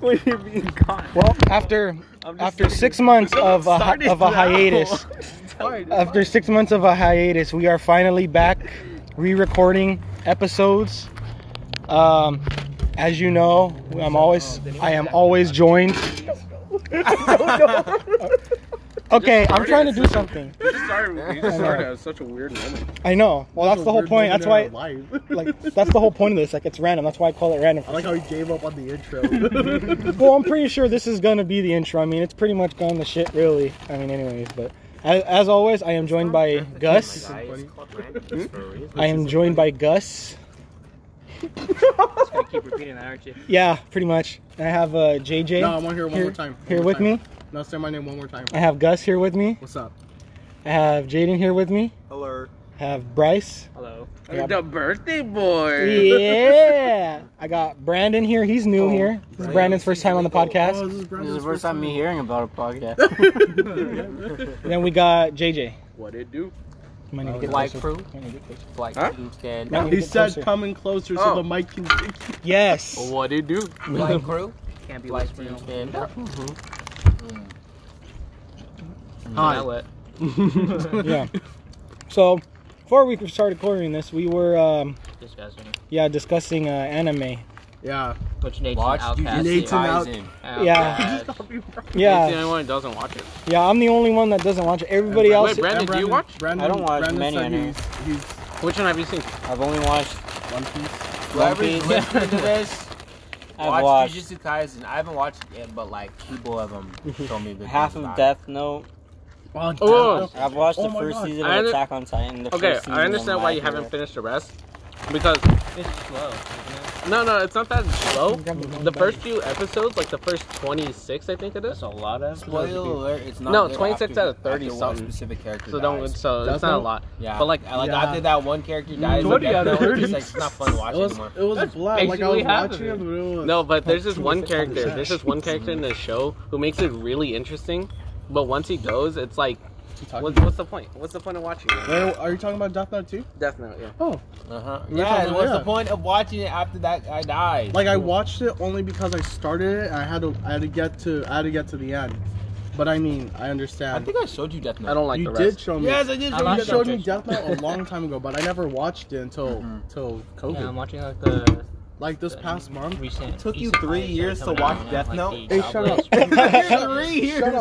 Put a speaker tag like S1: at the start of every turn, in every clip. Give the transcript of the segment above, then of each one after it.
S1: when you're being caught.
S2: Well, after
S1: I'm just
S2: after
S1: saying,
S2: six months
S1: don't
S2: of a, hi-
S1: start it
S2: of a
S1: now.
S2: hiatus, after six months of a hiatus, we are finally back, re-recording episodes. Um, as you know, I'm always I am always joined. okay, I'm trying to do something.
S3: You just started, you just started at such a weird moment.
S2: I know. Well, that's the whole
S4: Weird
S2: point. That's
S4: moment
S2: why,
S4: in our life.
S2: like, that's the whole point of this. Like, it's random. That's why I call it random.
S4: I like how he gave up on the intro.
S2: well, I'm pretty sure this is gonna be the intro. I mean, it's pretty much gone the shit, really. I mean, anyways, but as, as always, I am joined by Gus. I am joined by Gus.
S1: keep repeating that, aren't you?
S2: Yeah, pretty much. I have uh, JJ
S4: no, I want to hear it one
S2: here,
S4: more time. One
S2: here
S4: more
S2: with
S4: time.
S2: me.
S4: No, say my name one more time.
S2: I have Gus here with me.
S4: What's up?
S2: I have Jaden here with me.
S3: Alert.
S2: I have Bryce.
S1: Hello.
S2: Yeah.
S3: The birthday boy.
S2: Yeah. I got Brandon here. He's new here. This is Brandon's first time on the
S4: Oh,
S2: podcast.
S4: this is
S5: This is the
S4: Brandon's
S5: first
S4: first
S5: time me hearing about a podcast.
S2: And then we got JJ.
S3: What it do?
S2: I
S4: Oh,
S2: might need to get
S5: Like
S2: closer.
S5: crew?
S2: I might need to get closer.
S5: Like
S3: Huh?
S5: you said,
S2: No.
S4: He
S2: Get
S4: said
S2: closer.
S4: coming closer so
S3: Oh.
S4: the mic can take you. Oh,
S2: Yes.
S3: What it do?
S5: like crew,
S1: Can't be
S5: like
S1: whispering.
S5: you said. Mm-hmm.
S4: Hi.
S5: Now what?
S2: yeah. So, before we started recording this, we were um,
S1: Disgusting.
S2: yeah discussing uh, anime.
S4: Yeah.
S1: Which Nate's
S5: Watch
S1: an
S5: you
S1: outcast.
S4: Nate's an out-
S5: Aizen.
S2: Yeah.
S3: He's the
S2: Yeah,
S3: only one that doesn't watch it.
S2: yeah. I'm the only one that doesn't watch it. Everybody
S3: Wait,
S2: else.
S3: Brandon, do you watch?
S4: Brandon,
S5: I don't watch
S4: Brandon
S5: many
S4: said
S5: anime.
S4: He's, he's
S3: Which one have you seen?
S5: I've only watched
S4: One Piece.
S5: One
S3: Whoever's
S5: Piece.
S3: listening to
S5: this, I've
S3: watch
S5: watched Jujutsu Kaisen. I haven't watched it yet, but like people of them told me good
S6: Half
S5: things
S6: of
S5: about
S6: Death Note.
S4: Oh,
S3: Oh.
S4: damn.
S6: I've watched
S4: Oh
S6: the
S4: my
S6: first
S4: God.
S6: season
S3: I
S6: of
S3: under-
S6: Attack on Titan. The
S3: Okay,
S6: first season
S3: I understand
S6: of My
S3: why you haven't
S6: Hero.
S3: finished the rest. Because
S1: It's slow, isn't it?
S3: no, no, it's not that slow. The first few episodes, like the first 26, I think it
S1: That's
S3: is.
S1: a lot of.
S5: Spoiler alert, it's not
S3: No,
S5: good
S3: 26
S5: after-
S3: out of 30
S5: after one
S3: something.
S5: specific character
S3: So don't.
S5: dies.
S3: So
S4: That's
S3: it's not a
S4: not-
S3: lot.
S5: Yeah, Mm,
S3: But like,
S5: I like
S4: Yeah.
S5: after that one character dies, in
S4: 20
S5: Death
S4: out of
S5: Note, it's
S4: 30.
S5: like it's not fun to watch
S4: It was,
S5: anymore.
S4: it was bland. Like I
S3: basically
S4: was
S3: half of
S4: watching
S3: it.
S4: it, but it was
S3: No, but there's
S4: like
S3: this
S4: two
S3: one
S4: different
S3: character. There's
S4: conversations.
S3: this one character in the show who makes it really interesting. But once he goes, it's like,
S4: You talking-
S3: what's, what's the point? What's the point of watching it?
S4: Wait, are you talking about Death Note too?
S3: Death Note, yeah.
S4: Oh,
S5: Uh-huh.
S4: You're
S5: Yeah,
S4: talking-
S5: what's
S4: yeah.
S5: the point of watching it after that guy dies?
S4: like I watched it only because I started it. I had to, I had to get to, I had to get to the end. But I mean, I
S5: I
S4: understand.
S5: think I showed you Death Note.
S3: I don't like
S4: you
S3: the
S4: did
S3: rest.
S4: show me.
S5: Yes, I did
S1: I
S5: show you
S1: like
S4: You
S5: Death Note.
S4: showed me Death Note a long time ago, but I never watched it until till COVID.
S1: Mm-hmm. Yeah, I'm watching like the
S4: like this past month.
S1: uh, recent.
S6: Took you
S1: isekai
S6: three
S1: show
S6: years to
S1: coming
S6: watch
S1: out now,
S6: Death
S1: like,
S6: Note?
S1: the
S4: Hey, shut up!
S1: Goblin-
S4: Shut up!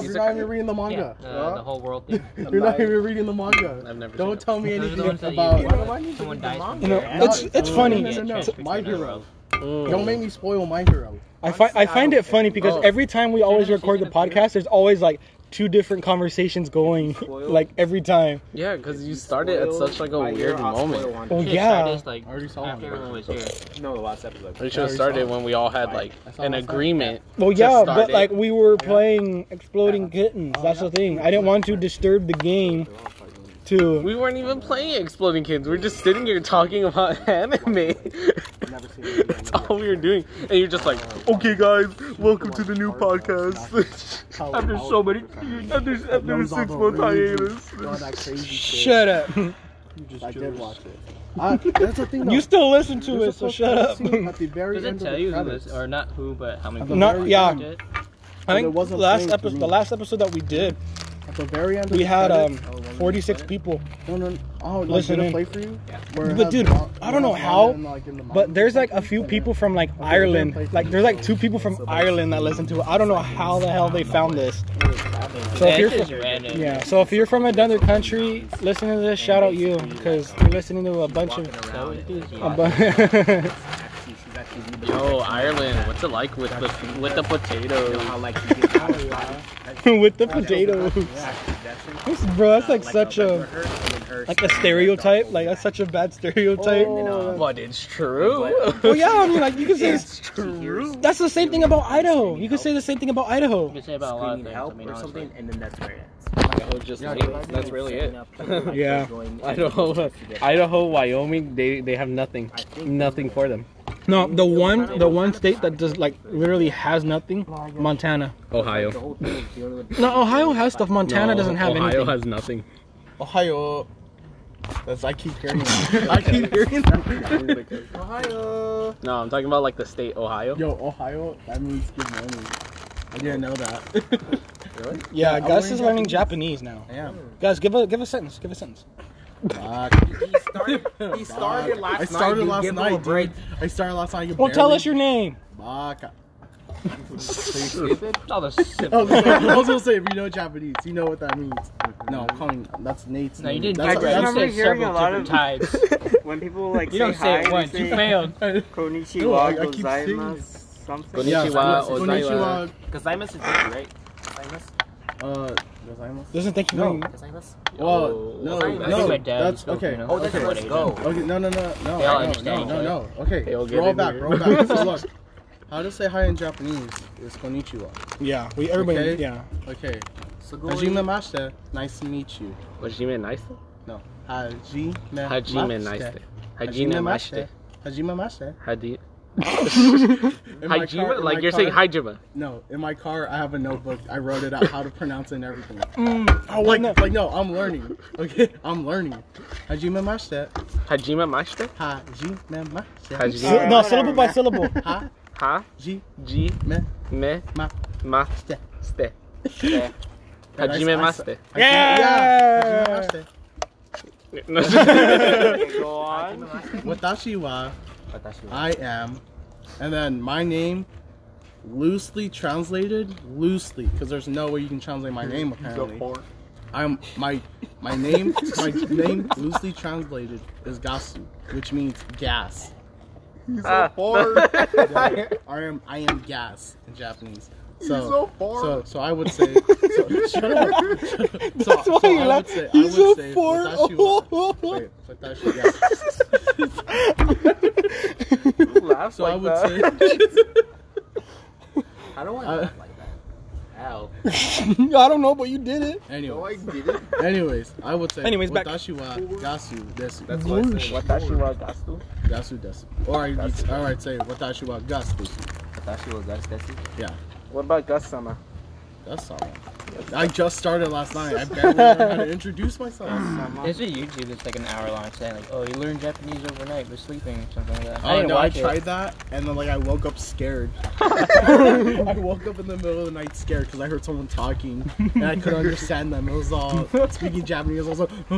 S4: You're not even reading the
S1: Yeah,
S4: manga.
S1: uh, the whole world thing.
S4: Huh? You're not even reading the manga.
S3: I've never seen
S4: Don't
S3: it.
S4: tell me
S1: Those are the
S4: anything
S1: ones that you-
S4: about.
S1: someone dies from
S2: You know,
S1: their
S2: it's
S1: ass.
S2: it's
S4: No,
S2: funny.
S4: No, no, no,
S1: Yeah,
S4: no. My
S1: transfixed
S4: hero.
S3: Mm.
S4: Don't make me spoil my hero.
S2: I find I find it funny because
S4: Oh.
S2: every time we always
S1: Have you
S2: record the
S1: seen it?
S2: podcast, there's always like two different conversations going, like every time.
S3: Yeah, because you started at such like a weird moment.
S2: Oh
S1: Shit
S2: yeah.
S1: started, like,
S4: I already saw
S1: after
S4: one.
S1: everyone was here.
S6: No, the last episode.
S3: We should have started when we all had like
S4: I saw
S3: an
S4: myself.
S3: agreement.
S2: Well,
S3: to
S2: yeah,
S3: start
S2: but
S3: it.
S2: like we were playing Exploding Kittens.
S4: Oh,
S2: That's
S4: yeah.
S2: the thing. I didn't want to disturb the game. To
S3: We weren't even playing Exploding Kids. We're just sitting here talking about anime.
S4: Never seen
S3: That's all we were doing. And you're just like, okay, guys, welcome to the new podcast. after so many, after, after a six month hiatus.
S4: that crazy shit.
S2: shut up.
S4: I did watch it. I, that's the
S2: You
S4: thing. though.
S2: still listen to
S4: You're
S2: it, so
S4: supposed
S2: shut
S4: have
S2: up.
S4: seen At the very
S1: Does
S4: end
S1: it
S4: of
S1: tell
S4: the
S1: you who
S4: credits.
S1: was, or not who, but how many
S4: At the
S1: people
S2: Not-
S4: very
S2: yeah.
S4: end.
S1: did it?
S2: I
S4: But it
S2: think
S4: wasn't
S2: last
S4: playing for
S2: episode,
S4: me.
S2: the last episode that we did,
S4: At the very end. Of
S2: we
S4: the Oh,
S2: had um
S4: credits,
S2: 46 people.
S4: No, no, no. Oh, like,
S2: Listen
S4: did
S2: in.
S4: it play for you? Yeah.
S2: But dude, I don't know how, But there's like a few people from like
S4: they're
S2: Ireland.
S4: playing
S2: Like there's like two people from Ireland that listen to it. I don't know how the hell they found this. So if
S1: That's
S2: you're
S1: just
S2: from,
S1: random.
S2: yeah, so if you're from another country, listening to this, shout out you because you're listening to a bunch of
S1: So
S2: a
S1: enthusiastic.
S2: bu-
S3: Yo, Ireland, what's it like with the with the potatoes?
S2: with the potatoes. This- Bro, that's Uh, like such a like a stereotype. Like that's such a bad stereotype.
S3: But it's true.
S2: Well, yeah, I mean, like you could say
S3: It's true.
S2: that's the same thing about Idaho. You could say the same thing about
S1: You
S2: Idaho.
S1: can say about a lot of things. I mean,
S6: or
S1: honestly.
S6: something, and then that's where it ends.
S3: It was just that's really it.
S2: Yeah.
S3: Idaho, Idaho, Wyoming, they they have nothing, nothing for them.
S2: No, the one the one state that just like literally has nothing, Montana.
S3: Ohio.
S2: No, Ohio has stuff. Montana doesn't have
S3: Ohio
S2: anything.
S3: has nothing.
S5: Ohio.
S4: That's I keep hearing. That. I keep hearing. That.
S5: Ohio.
S7: No, I'm talking about like the state Ohio.
S4: Yo, Ohio. That means good morning. I didn't know that.
S2: Yeah,
S4: Yeah, I'm
S2: Gus is
S4: learning
S2: learning Japanese now.
S4: Yeah.
S2: Guys, give a give a sentence. Give a sentence.
S5: He started. He started last night.
S4: I started
S5: dude.
S4: last
S5: Give him
S4: night,
S5: a break.
S4: dude. I started last night. You
S2: Well, tell
S4: barely-
S2: us your name.
S4: Baka.
S1: Stupid. All the simple.
S4: I was gonna- I was gonna say, if you know Japanese, you know what that means. No, I'm calling. That's Nate's.
S1: No, you
S4: name.
S1: didn't.
S4: That's,
S1: do
S3: I
S1: that.
S3: just
S1: You said
S3: remember hearing
S1: several
S3: a lot
S1: different
S3: of-
S1: times.
S3: When people like
S1: You don't say
S3: hi,
S1: it
S3: they
S1: once. You failed.
S3: Konichiwa,
S4: No, I- I keep saying
S3: gozaimasu, something.
S4: yeah,
S7: Konnichiwa,
S4: konnichiwa,
S5: Cause Simon's a Jew, right? Simon's.
S4: Uh, gozaimasu.
S2: Doesn't think you
S4: No.
S2: know.
S5: Simon's.
S4: Well,
S1: Oh,
S4: no,
S1: I think
S4: no,
S1: my dad
S4: that's-
S1: was built,
S4: okay.
S1: you know?
S5: Oh, that's
S1: Okay.
S5: let's go.
S4: Okay, no, no, no, no,
S1: They
S4: no,
S1: all
S4: no,
S1: understand
S4: no,
S1: each
S4: no. Okay,
S7: They all get
S4: roll
S7: it
S4: back,
S7: here.
S4: roll back. So look, how to say hi in Japanese is konnichiwa.
S2: Yeah, we everybody.
S4: Okay.
S2: Yeah,
S4: Okay,
S5: Sugoi.
S4: hajimemashite, nice to meet you.
S7: Hajime Naiste?
S4: No, hajimemashite.
S7: Hajime Naiste. Hajime Naiste.
S4: Hajimemashite.
S7: Hadi-
S4: In my car-
S7: Hajima?
S4: in my
S7: Like you're saying
S4: car-
S7: Hajima.
S4: No, in my car, I have a notebook. I wrote it out how to pronounce it and everything.
S2: Oh,
S4: Like,
S2: like, no.
S4: like no, I'm learning. Okay, I'm learning. Hajimemashite.
S7: Hajima Master?
S4: Hajimemashite.
S7: Hajime.
S2: no, syllable by syllable.
S7: Ha? Ji?
S4: Hajimemashite.
S7: Me?
S4: Ma-
S7: Ma? Ste? Hajime Master.
S2: Yeah.
S4: Hajimemashite.
S7: No.
S3: Okay, go on.
S4: Watashi wa I am, and then my name, loosely translated, loosely, because there's no way you can translate my name apparently. I'm my my name my name loosely translated is Gasu, which means gas.
S2: Ah.
S4: I am I am gas in Japanese. So so, so I would say so, shut up. So,
S2: That's why
S4: so
S2: you
S4: I
S2: laugh.
S4: would say,
S2: He's
S4: I
S2: so
S4: would say
S2: poor.
S4: Watashi wa- wait, Watashi- yeah.
S3: Laugh
S4: So
S3: like
S4: I would
S3: that.
S4: say
S5: I don't want to
S4: Uh,
S5: laugh like that. Ow.
S2: I don't know, but you did it.
S4: anyway.
S5: I did it.
S4: Anyways, I would say.
S2: Anyways, back-
S4: Watashi wa gasu desu.
S6: That's what I said. Watashi wa gasu.
S4: Gasu desu. Or I, or I'd say watashi wa gasu desu.
S5: Watashi wa gasu desu.
S3: What about Gus Sama?
S4: That's all. I just started last night. I barely learned how to introduce myself.
S1: There's a YouTube that's like an hour long saying like, oh, you learned Japanese overnight by sleeping or something like that. I
S4: Oh
S1: didn't
S4: no! I
S1: watch
S4: tried
S1: it.
S4: that, and then like I woke up scared. I woke up in the middle of the night scared because I heard someone talking, and I couldn't understand them. It was all speaking Japanese. I was like,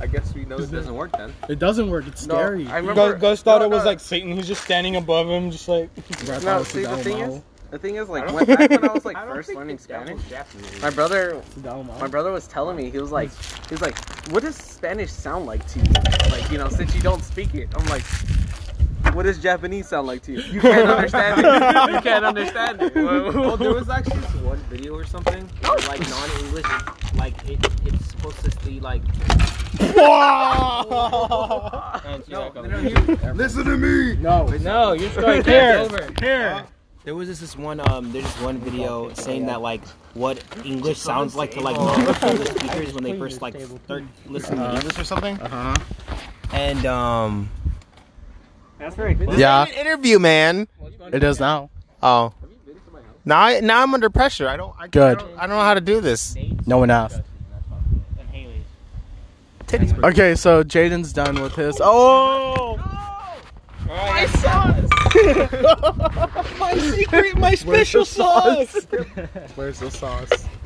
S6: I guess we know it doesn't work then.
S4: it doesn't work. It's
S3: No,
S4: scary.
S3: I remember.
S2: Gus, Gus thought
S3: no,
S2: it was
S3: no,
S2: like Satan. He's just standing above him, just like.
S4: Bro, I thought it
S3: No,
S4: was
S3: see, the
S4: Sidao
S3: thing
S4: Mao.
S3: is, the thing is, like,
S5: don't
S3: when, back when I was like
S5: I don't
S3: first
S5: think
S3: learning
S5: the devil's
S3: Spanish,
S5: Japanese.
S3: my brother,
S4: Sidao Mao.
S3: my brother was telling me he was like, he was like, what does Spanish sound like to you? Like, you know, since you don't speak it, I'm like, what does Japanese sound like to you? You can't understand it. You can't understand it.
S5: well, there was actually this one video or something, where, like non-English, like it, it's supposed to be like.
S1: And see,
S5: No,
S1: like,
S5: no,
S1: a-
S5: no, you-
S6: Listen to me.
S4: No,
S1: No, your story
S2: Here.
S1: can't over.
S2: Here.
S5: There was this, this one um there's this one video saying that like what English sounds like to like non-English speakers when they first like start listening to English or something. Uh-huh. And um
S3: That's very cool.
S8: Yeah. interview, man.
S4: it does now.
S8: Oh. Now, I, now I'm under pressure. I don't. I,
S4: Good.
S8: I don't, I don't know how to do this.
S4: No one asked. Okay, so Jaden's done with his. Oh!
S2: My secret, my special sauce.
S4: Where's the sauce?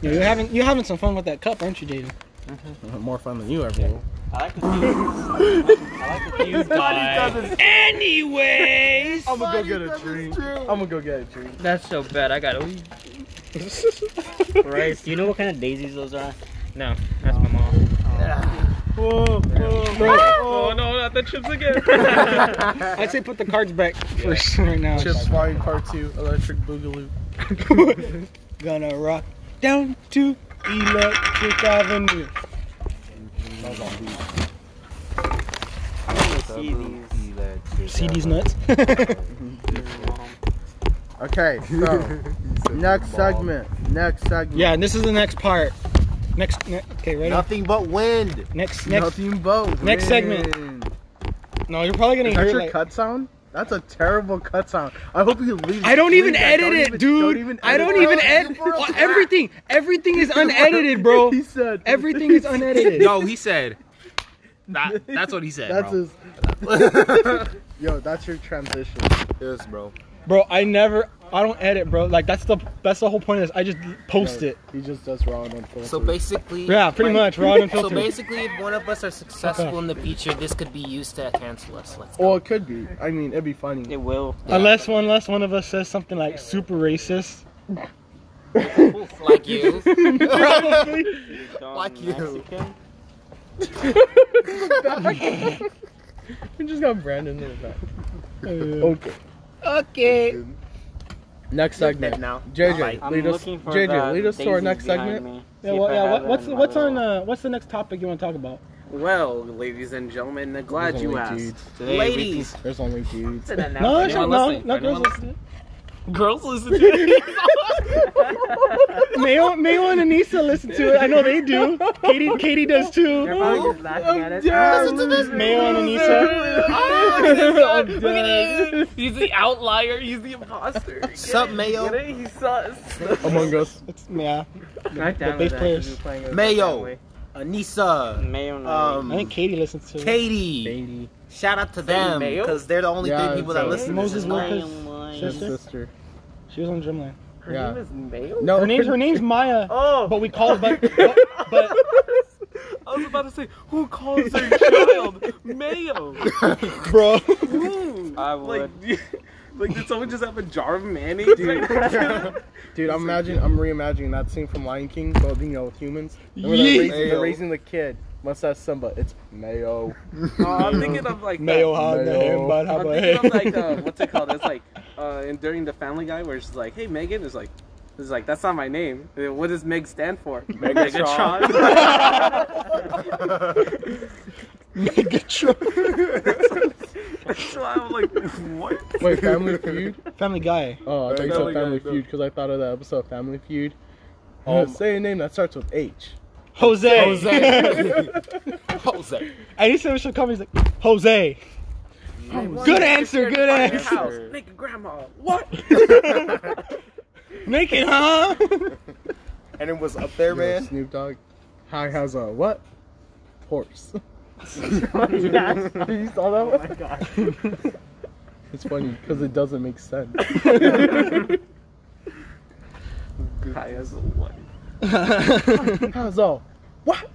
S2: Yeah, you're having you having some fun with that cup, aren't you, Jaden?
S4: More fun than you ever will.
S5: I like to see
S1: You die.
S2: Anyways.
S4: I'm gonna go get a drink. I'm gonna go get a drink.
S1: That's so bad. I got it.
S5: rice. Do you know what kind of daisies those are?
S1: No, that's my mom.
S3: Oh no, not the chips again.
S2: I'd say put the cards back first right now.
S4: Chips Flying Part 2 Electric Boogaloo.
S2: Gonna rock down to Electric Avenue.
S3: see these.
S2: See these nuts?
S4: Okay, so next segment. Next segment.
S2: yeah, and this is the next part. Next, ne- okay, right up.
S8: Nothing but wind.
S2: Next, next.
S4: Nothing but
S2: next segment.
S4: win.
S2: No, you're probably gonna
S4: Is that
S2: hear
S4: your
S2: like.
S4: cut sound? That's a terrible cut sound. I hope you leave.
S2: I don't
S4: leave
S2: even
S4: that.
S2: edit
S4: Don't
S2: it,
S4: even-
S2: dude.
S4: don't even
S2: I don't
S4: edit
S2: even
S4: it.
S2: edit
S4: You brought it
S2: everything. Everything is unedited, bro.
S4: He said
S2: Everything is unedited.
S5: No, he said. That, that's what he said,
S4: That's
S5: bro.
S4: his. Yo, that's your transition.
S8: Yes, bro.
S2: Bro, I never. I don't edit, bro. Like that's the that's the whole point of this. I just post it.
S4: He just does raw and unfiltered.
S5: So basically,
S2: Yeah, pretty much. Raw and
S5: So
S2: unfiltered.
S5: basically, if one of us are successful in the future, this could be used to cancel us. Let's
S4: Well, it could be. I mean, it'd be funny.
S1: It will.
S2: Unless one, unless one of us says something like super racist.
S5: like you.
S2: Probably.
S8: Fuck you.
S1: Mexican?
S4: We just got Brandon in the back.
S2: Uh,
S4: Okay.
S5: Okay.
S4: Next segment.
S5: now.
S4: JJ,
S1: I'm
S4: lead us.
S1: looking for
S4: JJ,
S1: the
S4: lead us to our
S1: daisies
S4: next
S1: behind
S4: segment.
S1: me. See
S2: yeah,
S1: if
S2: well,
S1: I
S2: yeah.
S1: have
S2: What,
S1: that
S2: what's
S1: in my
S2: what's on?
S1: little-
S2: Uh, what's the next topic you want to talk about?
S3: Well, ladies and gentlemen, I'm glad you asked.
S5: Today,
S3: Ladies.
S4: There's only dudes.
S3: It's an
S2: No,
S3: announcement.
S2: no,
S3: Anyone
S2: no,
S3: listening?
S2: no
S3: Anyone
S2: girls
S3: listening?
S2: listening.
S5: girls listen to it.
S2: Mayo, Mayo and Anissa listen to it. I know they do. Katie, Katie does
S3: They're
S2: too.
S3: probably just laughing
S4: Oh,
S3: at us.
S4: Listen to this.
S2: Mayo and Anissa.
S5: Look at him. He's the outlier. He's the
S3: Imposter. Get
S5: Sup,
S3: it?
S5: Mayo?
S3: Get it? He sus.
S4: Among Us.
S2: It's, yeah,
S3: Smack down
S2: bass
S3: with that,
S2: players.
S3: you've been playing it
S5: Mayo.
S3: that way.
S5: Anissa.
S1: Mayo and
S5: Um,
S2: I think Katie listens to it.
S5: Katie. Shout out to them
S3: Mayo?
S5: because they're the only
S4: Yeah,
S5: three people that
S4: so-
S5: listen to
S2: Moses
S5: this.
S2: Lopez.
S4: His
S2: Sister?
S4: sister.
S2: She was on Drumline.
S3: Her
S4: Yeah.
S3: name is Mayo?
S4: No,
S2: Her name's her name's Maya,
S3: Oh.
S2: but we call but but, but
S3: I was about to say, who calls their child Mayo?
S2: bro. Hmm.
S3: Ooh.
S1: I
S3: Like,
S1: would.
S3: like, did someone just have a jar of mayonnaise?
S4: Dude. Dude, I'm imagine I'm reimagining that scene from Lion King, but you know, with humans. And
S2: Yeet.
S4: when they're, raising, they're
S8: Mayo.
S4: raising the kid. Mustache Simba. It's Mayo.
S3: Oh, I'm thinking of like
S2: Mayo
S3: that.
S2: hog the
S4: Mayo.
S2: hand, but how
S3: I'm
S2: about
S3: thinking of like
S2: him?
S3: uh, what's it called? It's like uh, and during the Family Guy where she's like, "Hey Megan," is like, "Is like that's not my name. Uh, What does Meg stand for?" Megatron. so I'm like, what?
S4: Wait, Family Feud?
S2: Family Guy.
S4: Oh, I thought
S6: Family
S4: you said
S6: Guy,
S4: Family
S6: no.
S4: Feud because I thought of that episode of Family Feud.
S8: Oh,
S4: Say a name that starts with H.
S2: Jose.
S5: Jose.
S2: I used to should come. He's like Jose. Oh, Good answer. Good
S3: Your house,
S2: answer.
S3: naked grandma. What?
S2: Make it, huh?
S8: And it was up there,
S4: Yo,
S8: man.
S4: Snoop Dogg. Hi has a what? Horse. you saw that one? Oh my god. it's funny because it doesn't make sense.
S3: High as a what?
S4: How's all? What?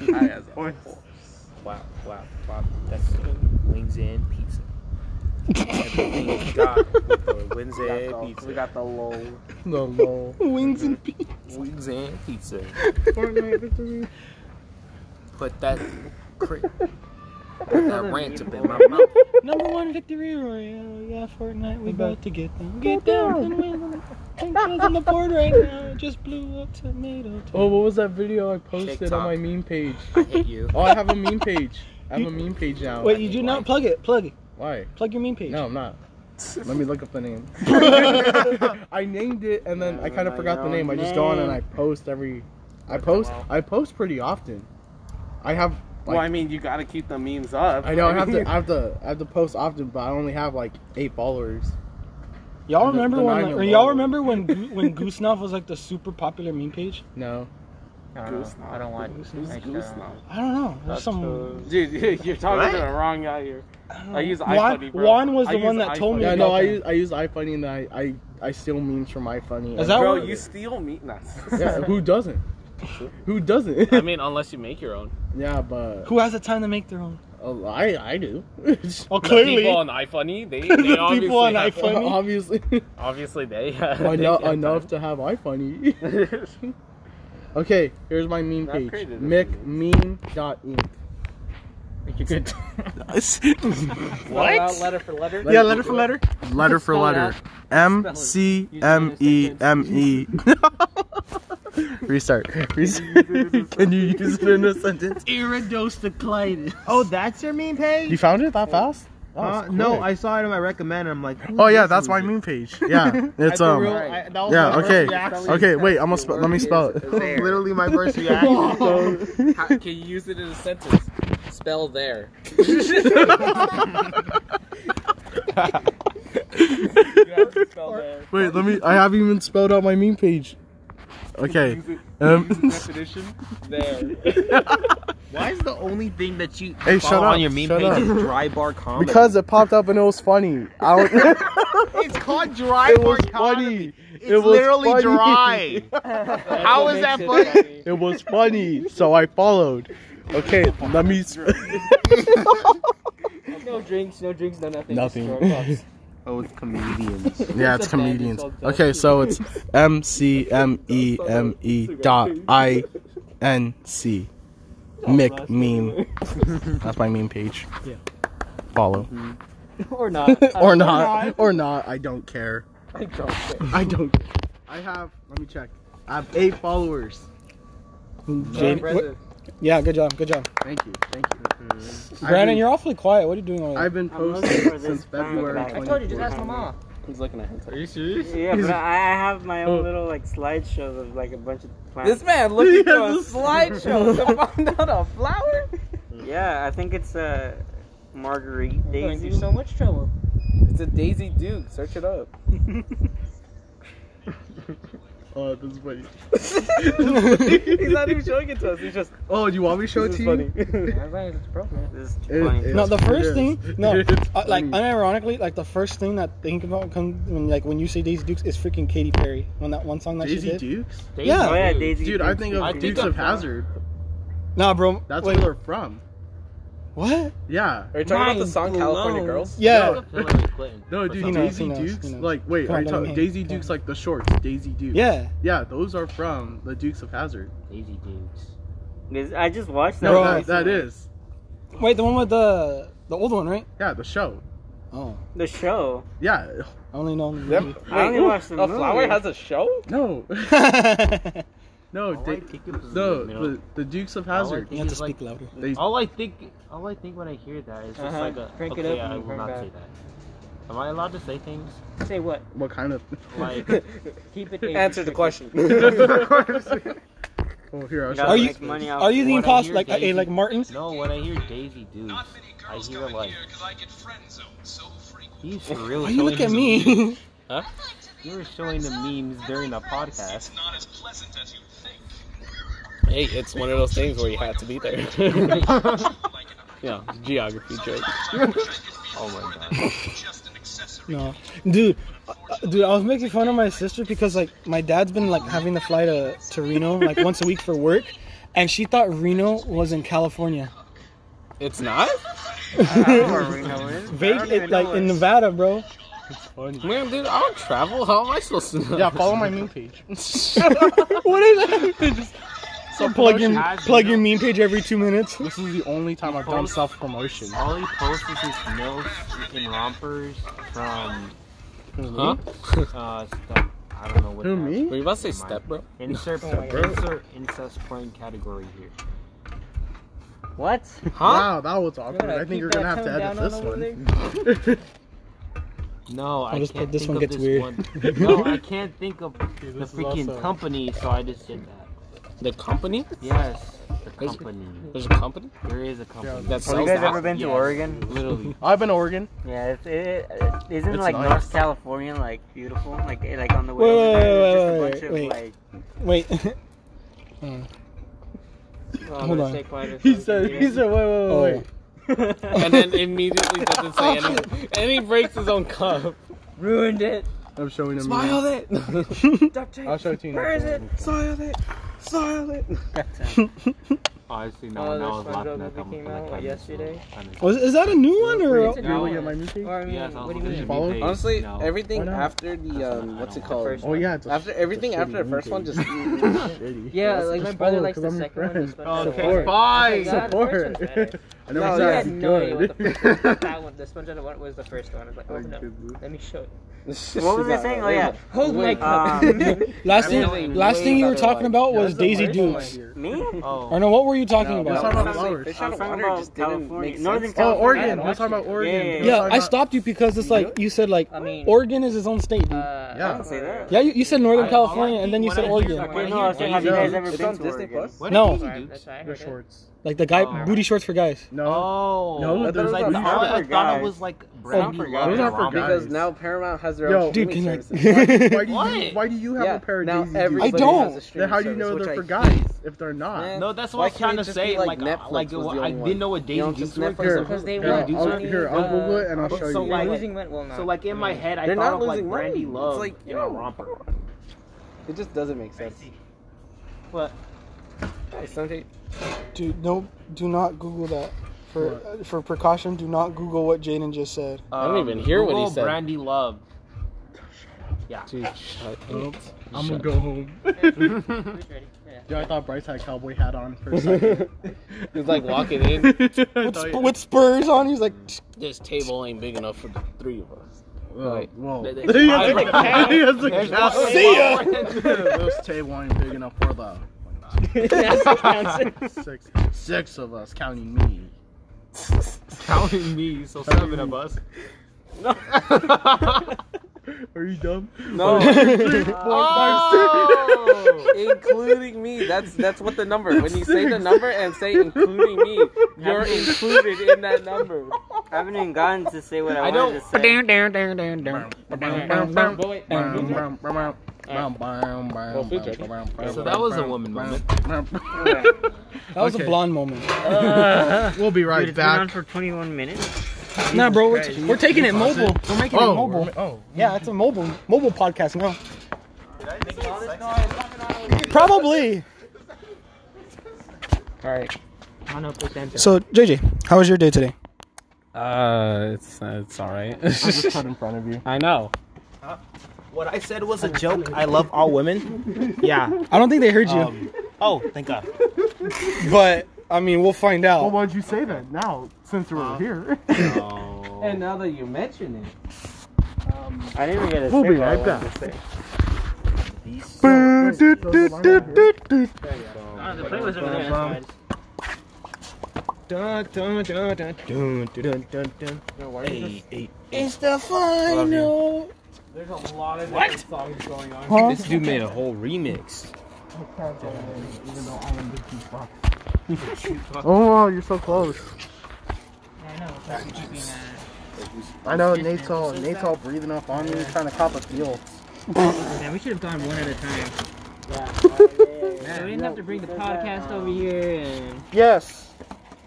S3: High as a what?
S5: Wow, wow, wow. That's good. Wings and pizza. Everything we got with the wings and pizza.
S3: We got the low.
S4: No, no.
S2: Wings and pizza.
S5: wings and pizza.
S4: Fortnite victory.
S5: Put that cri- put that rant up in my mouth.
S2: Number one victory royale. Yeah, Fortnite. We about to get down. Get down and win. them. Ten kills on the board right now. It Just blew up tomato.
S4: Oh, what was that video I posted
S5: TikTok.
S4: on my meme page?
S5: I hate you.
S4: Oh, I have a meme page. Oh, I have a meme page now.
S2: Wait, you do not plug it. Plug it.
S4: Why?
S2: Plug your meme page.
S4: No, I'm not. Let me look up the name. I named it and then I kind of forgot the Uh, name. I just go on and I post every. I post. I post pretty often. I have.
S3: Well, I
S4: Like,
S3: mean, you gotta keep the memes up.
S4: I know I have
S3: mean,
S4: to. I have to. I have to post often, but I only have like eight followers.
S2: Y'all
S4: The-
S2: remember
S4: the
S2: when?
S4: nine
S2: Like,
S4: of
S2: or y'all
S4: all.
S2: remember when Goo- when Goosenov was like the super popular meme page?
S4: No.
S1: I don't
S3: Goose
S1: know. I don't want.
S3: Who's
S1: I don't
S3: Goose
S1: know.
S3: now?
S2: I don't know. There's some.
S3: Dude, you're talking to the wrong guy here.
S2: I don't
S3: I
S2: know.
S3: use
S2: Juan,
S3: iFunny, bro.
S2: Juan was
S3: I
S2: the one
S3: use
S2: that told
S3: iFunny.
S2: me.
S4: Yeah.
S2: about
S4: No. I
S2: that.
S4: use. I use iFunny and I. I. I steal memes from iFunny.
S2: Is
S4: and-
S2: that
S3: Bro,
S2: what-
S3: you steal me. Nah.
S4: Yeah. Who doesn't? Who doesn't?
S5: I mean, unless you make your own.
S4: yeah, but
S2: Who has the time to make their own?
S4: oh, I. I do.
S2: Oh,
S5: The
S2: clearly.
S5: people on iFunny, they,
S2: The
S5: they
S2: people
S5: obviously,
S2: on
S5: have-
S2: iFunny. Funny?
S4: Obviously.
S5: obviously they have. they
S4: enough,
S5: have
S4: enough to have iFunny. okay, here's my meme
S3: I've
S4: page.
S3: created a
S4: MicMeme.inc.
S3: What? Out letter for letter.
S4: Yeah, letter for letter. Letter for letter. M C M E M E. Restart. Restart. Can you use it in a sentence?
S9: Iridostoclitis. Oh, that's your meme page?
S4: You found it that fast?
S9: Uh, no, I saw it on my recommend. I'm like, who
S4: Oh
S9: is
S4: yeah,
S9: this
S4: that's my
S9: loser?
S4: meme page. Yeah, it's
S9: For real,
S4: um.
S9: I- that was
S4: Yeah.
S9: my first
S4: Okay.
S9: reaction.
S4: Okay. Wait. I'm gonna spe- let me spell it.
S8: Literally my first reaction.
S3: How, can you use it in a sentence? Spell there.
S4: Wait, let me. I haven't even spelled out my meme page. Okay. Um,
S3: Definition there.
S5: Why is the only thing that you
S4: Hey,
S5: follow
S4: shut up,
S5: on your meme
S4: shut
S5: page
S4: up.
S5: is dry bar comedy?
S4: because it popped up and it was funny. I don't,
S5: it's called dry
S4: it
S5: bar
S4: was
S5: comedy.
S4: funny.
S5: It's
S4: It was
S5: literally
S4: funny.
S5: dry. How is that funny?
S4: It was funny, so I followed. Okay, let me. Sp-
S1: No drinks, no drinks, no nothing.
S4: Nothing.
S1: Just throw cups.
S5: Oh, it's comedians.
S4: yeah, it's comedians. Okay, so it's M C M E M E dot I N C. Mick meme. That's my meme page.
S2: Yeah.
S4: Follow.
S1: or not.
S4: or not. Or not. I don't care.
S1: I don't care.
S4: I don't. I have. Let me check. I have eight followers.
S2: Jamie-
S3: Impressive.
S2: yeah, good job, good job.
S4: Thank you. Thank you.
S2: Brandon, you're awfully quiet. What are you doing over there?
S4: I've been posting since February.
S1: I told you, just ask my mom.
S3: He's looking at him.
S7: Are you serious?
S10: Yeah, but I I have my own little like slideshows of like a bunch of plants.
S3: This man looking for a slideshow to find out a flower.
S10: Yeah, I think it's a marguerite
S1: You're going
S10: daisy.
S1: through so much trouble.
S3: It's a Daisy Duke. Search it up.
S4: Oh, this is funny.
S3: He's not even showing it to us. He's just.
S4: Oh, do you want me to show it
S3: This
S4: to
S3: is
S4: you?
S3: funny.
S1: As long as it's appropriate.
S10: This is
S4: It-
S10: funny.
S4: it-
S2: No, the
S4: it
S2: first
S4: is.
S2: thing, no,
S4: It is
S2: uh, like
S4: funny.
S2: unironically, like the first thing that think about come when like when you say Daisy Dukes is freaking Katy Perry. When that one song that she
S4: Daisy
S2: did.
S4: Dukes?
S2: Yeah.
S10: Oh yeah, Daisy.
S4: Dude, I think of
S7: I
S4: Dukes
S7: think
S4: of
S7: I'm-
S4: Hazard.
S2: Nah, bro.
S4: That's
S2: wait,
S4: where they're from.
S2: what?
S4: Yeah.
S3: Are you talking about the
S1: Mind
S3: song California
S1: blown.
S3: Girls?
S2: Yeah.
S4: No, dude,
S2: He knows,
S4: Daisy
S2: he knows,
S4: Dukes.
S2: he knows.
S4: Like, wait,
S2: Come
S4: are
S2: on,
S4: you
S2: let me
S4: talking
S2: hang.
S4: Daisy
S2: Come
S4: Dukes
S2: on.
S4: like the shorts? Daisy Dukes.
S2: Yeah.
S4: Yeah, those are from the Dukes of Hazard.
S5: Daisy Dukes.
S10: Dukes. I just watched that.
S4: No,
S2: Bro.
S4: that,
S10: recently.
S4: that is.
S2: Wait, the one with the the old one, right?
S4: Yeah, the show.
S2: Oh,
S10: the show.
S4: Yeah.
S2: I only know. the
S3: Them-
S2: movie.
S10: I only
S3: Wait,
S10: watched the
S3: a
S10: movie.
S3: flower has a show?
S4: No. No,
S5: All I
S4: da-
S5: think of is
S4: no,
S5: you know,
S4: the, the Dukes of
S5: all I
S4: Hazard.
S2: you have
S5: think
S2: to
S5: is, like,
S2: speak louder.
S4: They,
S5: All I think, all I think when I hear that is just
S1: Uh-huh.
S5: like a.
S1: Crank it
S5: okay,
S1: up and
S5: I
S1: bring
S5: will not
S1: back.
S5: say that. Am I allowed to say things
S1: Say what?
S4: what kind of?
S5: like?
S1: Keep it.
S3: Answer the question.
S4: Oh, here I
S10: You
S4: was.
S10: gotta
S2: Are you-
S10: make money off
S2: Are you the
S5: What I
S2: imposter?
S5: hear
S2: Like, hey,
S5: Daisy-
S2: like Martins?
S5: no, when I hear Daisy Dukes, I hear like. You used to really
S2: Why you look
S5: showing
S2: at
S5: the
S2: me?
S5: You were showing the memes during the podcast. It's not as
S2: No, dude, uh, dude, I was making fun of my sister because like my dad's been like having to fly to, to Reno like once a week for work, and she thought Reno was in California.
S6: It's not?
S2: Vague, it, like in Nevada, bro.
S6: Man, dude, I don't travel. How am I supposed to know?
S4: Yeah, follow my meme page.
S2: What is that? Just plug in, plug in meme page every two minutes.
S4: This is the only time I've done self promotion.
S5: All he posts is his milfs in rompers from.
S6: Huh?
S5: Uh, step, I don't know what.
S4: Who,
S5: that-
S4: me?
S6: Were you about to say step, bro?
S5: Insert, insert incest porn category here.
S10: What?
S6: Huh?
S4: Wow, that was awkward. I think you're gonna have to edit this one.
S6: Oh,
S5: No, I
S2: I'll just
S5: can't
S2: put this
S5: think
S2: one
S5: of
S2: gets
S5: this
S2: weird.
S5: one. No, I can't think of the freaking company, so I just did that.
S6: The company?
S5: Yes, the company.
S6: There's a company?
S5: There is a company.
S6: That
S10: Have you
S6: sells
S10: guys
S6: that?
S10: ever been to
S6: Yes.
S10: Oregon?
S5: Literally.
S4: I've been Oregon.
S10: Yeah, it's, it, it isn't
S4: It's
S10: like
S4: nice.
S10: North California like beautiful, like eh, like on the way.
S2: Wait,
S10: over there,
S2: wait,
S10: there's just a
S2: wait,
S10: bunch of,
S2: Wait, Hold on.
S4: He said, he said, wait, wait, wait, wait.
S10: like-
S6: And then immediately doesn't say anything. And he breaks his own cup.
S1: Ruined it.
S4: I'm showing him.
S6: Smile it!
S1: Duct tape.
S4: I'll show it to you.
S1: Where is it?
S6: Smile it! Smile it!
S5: Honestly, no
S1: Oh,
S5: one
S1: there's
S5: was
S1: SpongeBob
S5: laughing at
S1: movie
S5: them
S1: came
S5: when I
S1: out
S5: kinda-
S1: yesterday.
S5: kinda-
S2: was is that a new one or?
S1: It's
S4: You're looking
S1: No.
S4: at my meme page?
S1: Or, I mean,
S5: Yes, I was
S1: what do you
S5: looking
S1: mean?
S5: at
S4: Follow-
S5: your page.
S3: Honestly,
S5: No.
S3: everything
S4: Why not?
S3: after the um, what's it called?
S4: Oh yeah, it's a
S3: After everything after the first one, just
S1: Yeah,
S4: That's
S1: like
S4: just
S1: my brother
S4: follow,
S1: likes
S4: 'cause
S1: the
S4: I'm your
S1: second one.
S4: friend.
S1: the SpongeBob one.
S4: Support.
S1: Oh my God, the first one's better.
S4: I know
S3: No,
S1: Oh,
S3: you
S1: you
S3: Yeah,
S4: exactly
S1: had no idea what the
S4: good.
S1: first one, that one, the SpongeBob one was the first one. I was like, oh no, let me show you.
S10: what was I saying? Oh yeah,
S1: Hold my cup.
S10: um,
S2: Last thing,
S3: Really
S2: last
S3: way
S2: thing you were
S3: better
S2: talking
S3: one.
S2: about was
S4: That's the
S2: Daisy
S4: worst
S2: Dukes.
S4: one.
S10: me?
S5: Oh,
S2: Or no, what were you talking
S3: No,
S4: Let's talk
S2: about?
S4: about flowers.
S3: Fish
S10: I
S3: out
S10: was
S3: of
S10: talking
S3: water
S10: about
S3: just didn't make
S10: California, Northern
S3: sense.
S4: Oh,
S10: California.
S4: Oregon. Let's talk about Oregon.
S10: Yeah, yeah, yeah.
S4: Let's
S2: Yeah,
S4: talk
S2: I
S4: about-
S2: stopped you because it's like you said like
S1: I mean,
S2: Oregon is its own state. dude.
S1: uh,
S4: Yeah.
S10: I didn't say that.
S2: Yeah, you, you said Northern
S5: I-
S2: California
S5: I
S2: and then you
S5: think
S2: said
S5: when I hear
S2: Oregon.
S5: that-
S10: Okay, no, I was saying, have you guys ever
S3: It's
S10: been
S3: on
S10: to
S3: Disney
S10: Oregon?
S3: Plus.
S5: what
S2: No.
S5: is Daisy
S1: Sorry,
S5: Dukes?
S1: that's why I
S4: They're
S1: heard it.
S4: shorts.
S2: Like the guy booty shorts for guys.
S5: No.
S4: No,
S5: I thought Oh. it was
S4: there's
S5: like
S4: booty
S5: I
S4: shorts.
S5: thought- I thought it was like
S4: Oh,
S5: brand new.
S4: those are for
S3: Because
S4: guys.
S3: now Paramount has their
S4: Yo,
S3: own
S4: dude,
S3: streaming
S4: can
S3: services.
S4: Why, why do you,
S5: What?
S4: why do you have
S3: Yeah,
S4: a pair of
S3: now
S4: Daisies?
S3: everybody
S2: I don't. has a
S3: streaming
S4: Then how do you
S3: service,
S4: know
S3: which
S4: they're
S3: I
S4: for
S3: hate.
S4: guys if they're not?
S3: Man,
S5: No, that's what
S3: Why
S5: I was
S3: can't
S5: trying
S3: it
S5: to
S3: just
S5: say.
S3: be
S5: Like,
S3: like
S5: like,
S3: Netflix
S5: like
S3: was the
S5: I
S3: only one?
S5: didn't know what
S3: You don't
S5: dating
S3: just
S5: dudes were.
S3: Netflix
S4: Here,
S3: it
S10: Because they
S4: here,
S10: want
S4: I'll,
S10: money,
S4: here,
S10: but-
S4: I'll Google it and I'll show
S5: So
S4: you.
S5: like,
S1: losing money. Well, not.
S5: so like in my head, I
S3: They're
S5: thought
S3: not
S5: of like
S3: losing money.
S5: Brandy
S3: It's
S5: Love
S3: like,
S5: in a
S3: yo.
S5: romper.
S3: It just doesn't make sense.
S5: What?
S3: Hey, Sanjay,
S2: Dude, no, do not Google that. For uh, for precaution, do not Google what Jaden just said.
S5: I
S6: don't even hear what he
S5: um, Google
S6: said.
S5: Brandy Love. Yeah.
S6: Dude, shut up.
S4: I'm gonna go home. Dude, I thought Bryce had a cowboy hat on for a second.
S6: He's like walking in.
S4: I
S2: With,
S4: thought
S2: sp-
S4: you-
S2: with spurs on, he's like, "Tsk,
S6: This table ain't big enough for the three of us.
S4: Whoa, whoa.
S6: They- they-
S4: He has a- he has a
S5: one-
S4: cowboy
S2: see
S4: hat.
S2: ya.
S4: This table ain't big enough for the six, six of us, counting me.
S5: Counting me, so seven of us.
S4: Are you dumb?
S3: No.
S5: Oh!
S3: including me. That's that's what the number. When you say the number and say including me, you're included in that number.
S10: I haven't even gotten to say what I,
S5: I
S10: wanted to say.
S5: So that was a woman moment.
S2: that was
S4: Okay.
S2: a blonde moment.
S4: We'll be
S10: Dude,
S4: right
S10: it's been on
S4: back.
S10: for 21 minutes.
S2: nah, bro, we're, we're taking it
S4: Pause it.
S2: mobile. We're making it
S4: Oh,
S2: mobile.
S4: we're- oh,
S2: Yeah, it's a mobile mobile podcast now. Probably.
S6: All right.
S2: So, JJ, how was your day today?
S6: Uh, it's it's all right.
S4: cut in front of you.
S6: I know.
S5: What I said was a joke. I love all women. Yeah.
S2: I don't think they heard you,
S5: Oh, thank God.
S2: but I mean, we'll find out.
S4: why would you say that now, since we're here? Oh.
S3: And now that you mention it,
S4: um,
S10: I didn't even get a
S4: We'll
S10: say
S4: be
S10: what I
S4: right
S10: wanted
S4: back.
S10: to say.
S4: Oh,
S5: The play was over
S2: Dun, dun, dun, dun, dun, dun, dun, dun.
S5: It's the final.
S3: there's a lot of what? songs going on.
S2: Huh?
S6: This dude made a whole remix.
S4: Oh, wow, you're so close. I know Nate's all Nate's all breathing up on me, trying to cop a feel.
S10: Man, we should have gone one at a time. so we didn't have to bring the podcast over here and.
S4: Yes.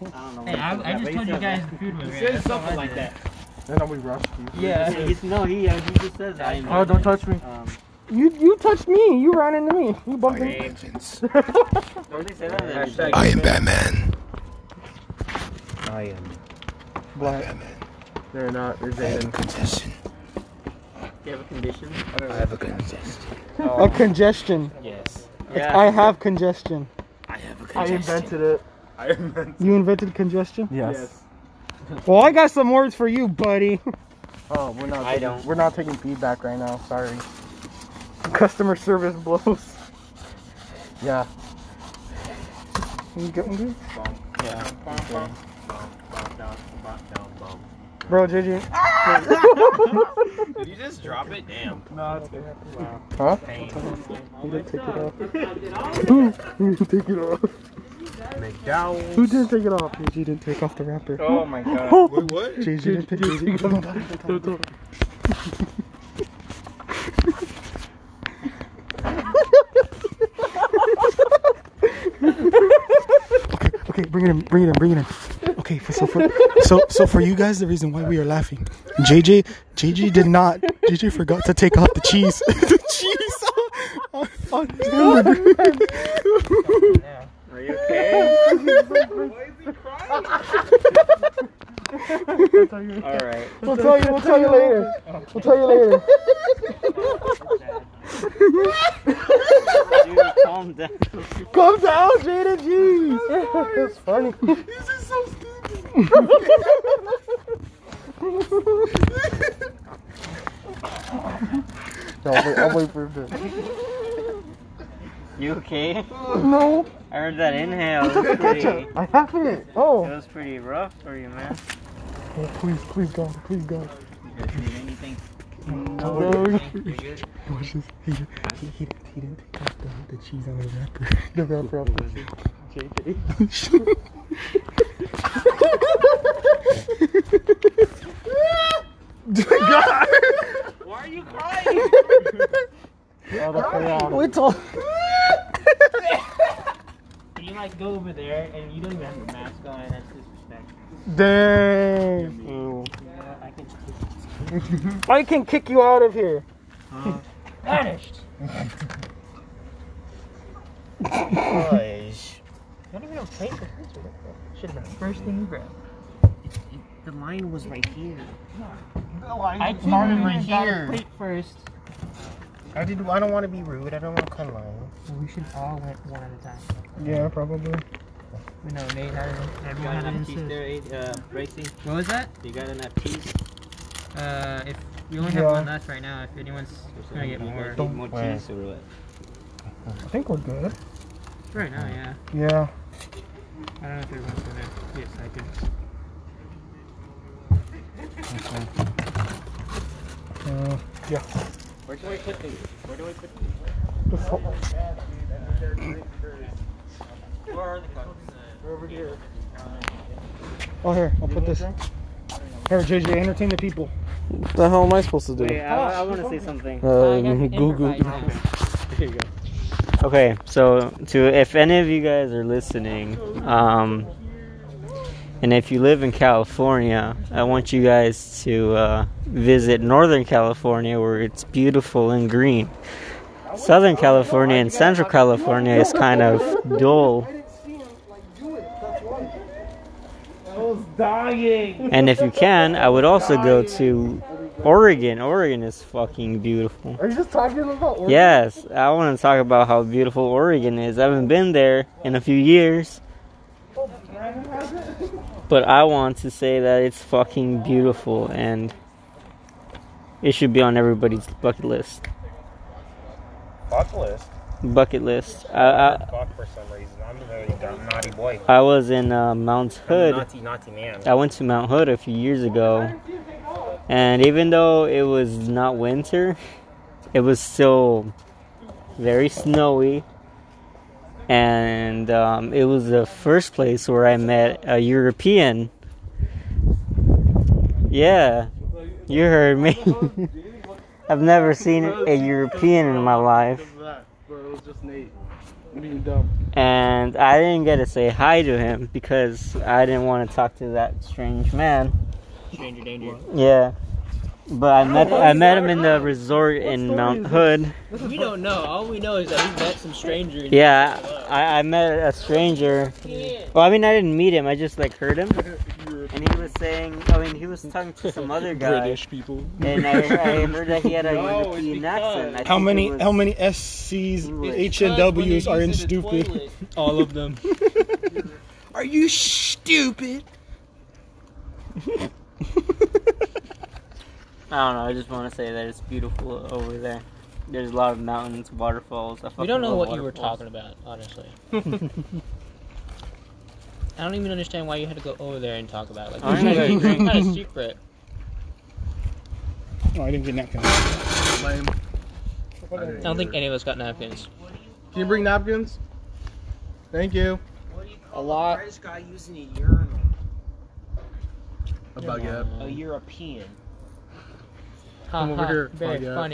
S10: Hey, I, I just told you guys the food was ready. That's all I
S5: Something like
S10: did.
S5: that.
S4: Then we rushed you.
S10: Yeah. He's, no, he, uh, he just says that.
S4: Oh, don't touch me.
S10: Um,
S2: You you touched me. You ran into me. You bumped into me.
S10: don't they say that? in the-
S3: Hashtag
S5: I am.
S2: Black.
S4: They're not. They're Jaden.
S10: You have a condition?
S5: I have a contest.
S2: A congestion.
S5: Yes.
S10: Yeah.
S2: I have congestion.
S5: I have a
S4: I
S5: contest.
S4: invented it.
S2: You invented congestion?
S4: Yes.
S2: Well, I got some words for you, buddy.
S4: Oh, we're not.
S10: I
S4: taking,
S10: don't.
S4: We're not taking feedback right now. Sorry.
S2: Customer service blows.
S4: Yeah.
S2: You getting good? Bro, JJ.
S5: Did you just drop it? Damn.
S4: Huh?
S2: You did take it off.
S4: Who didn't take it off?
S2: Oh
S4: Who didn't take it off?
S2: JJ didn't take off the wrapper.
S5: Oh my God. Wait, what?
S2: JJ didn't take JJ didn't take Okay, bring it in, bring it in, bring it in. Okay, for, so for so so for you guys, the reason why we are laughing, JJ JJ did not JJ forgot to take off the cheese. the cheese on, on, his hamburger.
S10: Are you okay? Alright.
S2: We'll tell you. We'll tell you later. We'll tell you later.
S10: Dude, calm down.
S2: Calm down, Jada. Jeez. That's funny.
S4: No, I'll wait, I'll wait for a bit.
S10: You okay?
S2: No,
S10: I heard that inhale. It was pretty, it
S2: I haven't. Oh,
S10: was pretty rough for you, man.
S2: please, please, God, please, God.
S5: You guys need anything?
S2: No. He was just he he, he, he didn't take off the, the cheese on the wrapper. The wrapper off the cheese.
S11: JJ.
S7: God.
S11: Why are you crying?
S2: We told.
S10: You like go over there and you don't even have a mask on. That's disrespect.
S2: Dang.
S10: Yeah, I can.
S2: I can kick you out of here.
S10: Vanished.
S5: Gosh.
S10: Not even on paper. Should have been the first thing you grabbed.
S5: The line was right here.
S10: I
S5: I
S10: didn't
S5: started right
S10: even grab a
S5: here.
S10: plate first.
S5: I didn't. I don't want to be rude. I don't want to cut line.
S10: We should all went one at a time.
S2: Yeah, probably.
S10: We know Nate had it.
S6: You
S10: Everyone
S6: got
S10: had
S6: enough
S10: an
S6: peace there, eh, uh, Bracy?
S12: What was that?
S6: You got enough peace?
S12: Uh, if we only have
S2: Yeah.
S12: one left right now, if anyone's gonna get more,
S6: Don't more cheese or what?
S2: I think we're good.
S12: right now, yeah.
S2: Yeah.
S12: I don't know if everyone's gonna be excited.
S2: Uh, yeah.
S6: Where do I put these? Where do I put
S2: Just hold-
S6: Where are the cups? Over here.
S2: Oh, here, I'll put this. Here, JJ, entertain the people.
S13: What the hell am I supposed to do?
S10: Oh,
S2: I- I
S10: want to say something.
S13: Um, Google.
S10: Here you go.
S14: Okay, so to if any of you guys are listening, um, and if you live in California, I want you guys to uh, visit Northern California where it's beautiful and green. Southern California and Central California is kind of dull.
S2: I was dying.
S14: And if you can, I would also go to Oregon. Oregon is fucking beautiful.
S2: Are you just talking about Oregon?
S14: Yes, I want to talk about how beautiful Oregon is. I haven't been there in a few years, but I want to say that it's fucking beautiful and it should be on everybody's bucket list.
S8: Fuck list.
S14: Bucket list. I, I,
S8: Fuck for some reason. I'm a very dumb, naughty boy.
S14: I was in uh, Mount Hood.
S8: naughty, naughty man.
S14: I went to Mount Hood a few years ago, and even though it was not winter, it was still very snowy. And um, it was the first place where I met a European. Yeah, you heard me. I've never seen a European in my life
S4: Bro, it was just Nate. Being dumb.
S14: and I didn't get to say hi to him because I didn't want to talk to that strange man.
S5: Stranger danger.
S14: Yeah, but I met I met him in the resort in Mount Hood.
S6: We don't know. All we know is that we met some stranger. and-
S14: Yeah, I, I met a stranger. Well, I mean, I didn't meet him. I just like heard him, and he was saying. I mean, he was talking to some other guy.
S2: British people.
S14: And I, I heard that he had a European accent. I
S2: How
S14: think it
S2: many
S14: was-
S2: how many SCs H and W's are in stupid? All of them.
S11: Are you stupid?
S14: I don't know. I just want to say that it's beautiful over there. There's a lot of mountains, waterfalls. I
S1: We
S14: fucking
S1: don't know
S14: love
S1: what you were
S14: waterfalls.
S1: talking about, honestly. I don't even understand why you had to go over there and talk about it. Like,
S2: I
S1: it's
S2: know.
S1: not a- it's not a secret.
S2: Oh, I didn't get napkins.
S4: Lame.
S1: I don't think any of us got napkins.
S4: Can you bring napkins? Thank you.
S5: A lot. British guy using a urinal. Oh,
S4: A bug up.
S5: A European.
S4: Come over here. bug up.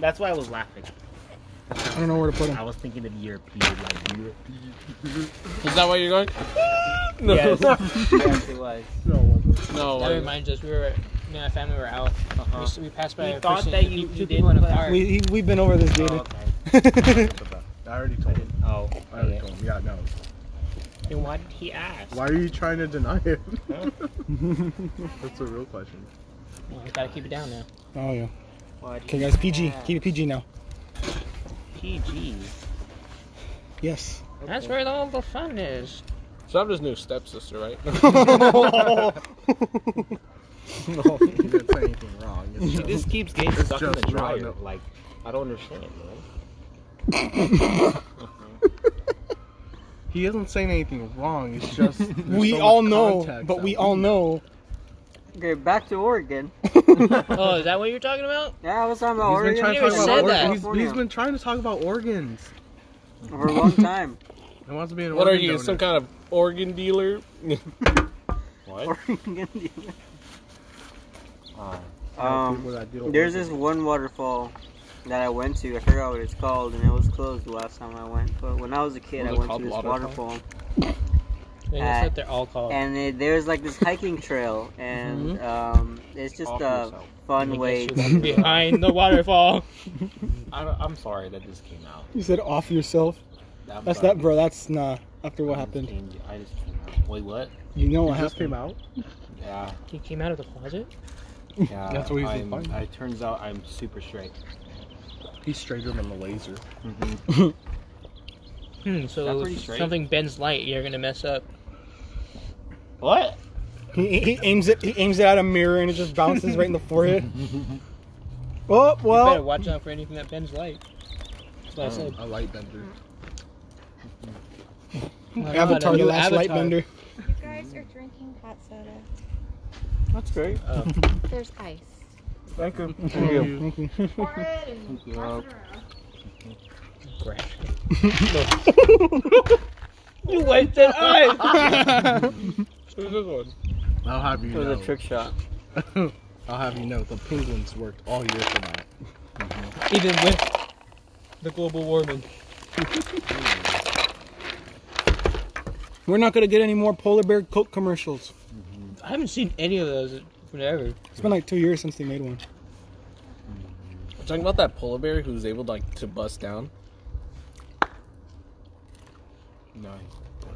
S5: That's why I was laughing.
S2: I don't know where to put him.
S5: I was thinking of European, like Europe.
S6: Is that where you're going? No.
S5: Yes. Yes, it was.
S6: No.
S1: That reminds us, we were, me and my family were out. We, s- we passed by
S5: We
S1: a
S5: thought
S1: person,
S5: that you-
S1: two
S5: you
S1: people in a
S5: didn't
S1: car.
S2: We he- we've been over this, Jaden.
S4: I already told him.
S5: Oh.
S4: I already told him. Yeah, no.
S1: Then why did he ask?
S4: Why are you trying to deny it? That's a real question.
S1: You gotta keep it down now.
S2: Oh yeah.
S1: Why do
S2: Okay,
S1: you
S2: guys, PG.
S1: have-
S2: Keep it PG now.
S5: PG.
S2: Yes.
S1: That's where all the fun is.
S6: So I'm just new stepsister, right?
S4: no, you didn't say anything wrong. It's
S6: She just keeps getting
S4: it's
S6: stuck in the
S4: just
S6: dryer.
S4: not-
S6: Like, I don't understand, man.
S4: He isn't saying anything wrong. It's just there's
S2: we
S4: so much
S2: all know,
S4: context
S2: but we
S4: that
S2: all know.
S13: Okay, back to Oregon.
S1: oh, is that what you're talking about?
S13: Yeah, I was talking
S4: He's
S13: about Oregon.
S4: been trying to
S1: You
S4: talk
S1: never
S4: about
S1: said
S4: Oregon.
S1: that.
S4: He's- he's been trying to talk about organs.
S13: for a long time.
S4: It wants to be an
S7: What are
S4: organ
S7: you,
S4: donor.
S7: some kind of organ dealer? what?
S13: Oregon dealer.
S4: People that deal
S13: Um,
S4: with
S13: there's
S4: it.
S13: this one waterfall that I went to. I forgot what it's called, and it was closed the last time I went. But when I was a kid,
S5: Was
S13: I
S5: it
S13: went to
S5: called
S13: this
S5: waterfall? Oh.
S13: waterfall.
S5: They just
S13: Uh,
S5: said they're all called.
S13: And it, there's like this hiking trail, and
S5: Mhm.
S1: Mm-hmm.
S13: um, it's just
S5: Off
S13: a
S5: yourself.
S13: fun
S5: Let
S13: way
S5: me
S13: to
S5: get you behind the waterfall.
S6: I, I'm sorry that this came out.
S2: You said off yourself.
S6: That
S2: That's
S6: button.
S2: that, bro. That's nah. After what happened,
S6: I just came out. Wait, what?
S2: you know what
S6: It just
S2: happened.
S6: came out? Yeah.
S12: He came out of the closet?
S6: Yeah.
S2: That's what he's
S6: I'm-
S2: implying.
S6: I- It turns out I'm super straight.
S4: He's straighter than the laser.
S12: Hmm,
S6: That's
S12: so
S6: pretty
S12: if
S6: straight.
S12: something bends light, you're gonna mess up.
S6: What?
S2: He, he aims it. He aims it at a mirror, and it just bounces right in the forehead. Oh
S1: you better
S2: well.
S1: watch out for anything that bends light. That's what I said.
S4: A light bender.
S1: my God,
S2: Avatar,
S1: a
S2: the
S1: new
S2: last
S1: avatar.
S2: lightbender.
S15: You guys are drinking hot soda.
S4: That's great.
S15: There's ice.
S4: Thank you.
S2: Thank you. Thank you.
S15: Pour it and pass it around.
S5: You wasted eyes.
S7: Who's this one?
S4: I'll have you
S14: It
S4: know.
S14: was a trick shot.
S4: I'll have you know, the penguins worked all year for that.
S1: Even with the global warming.
S2: We're not gonna get any more polar bear Coke commercials.
S1: I haven't seen any of those forever.
S2: It's been like two years since they made one.
S6: We're talking about that polar bear who's able to, like to bust down.
S4: No.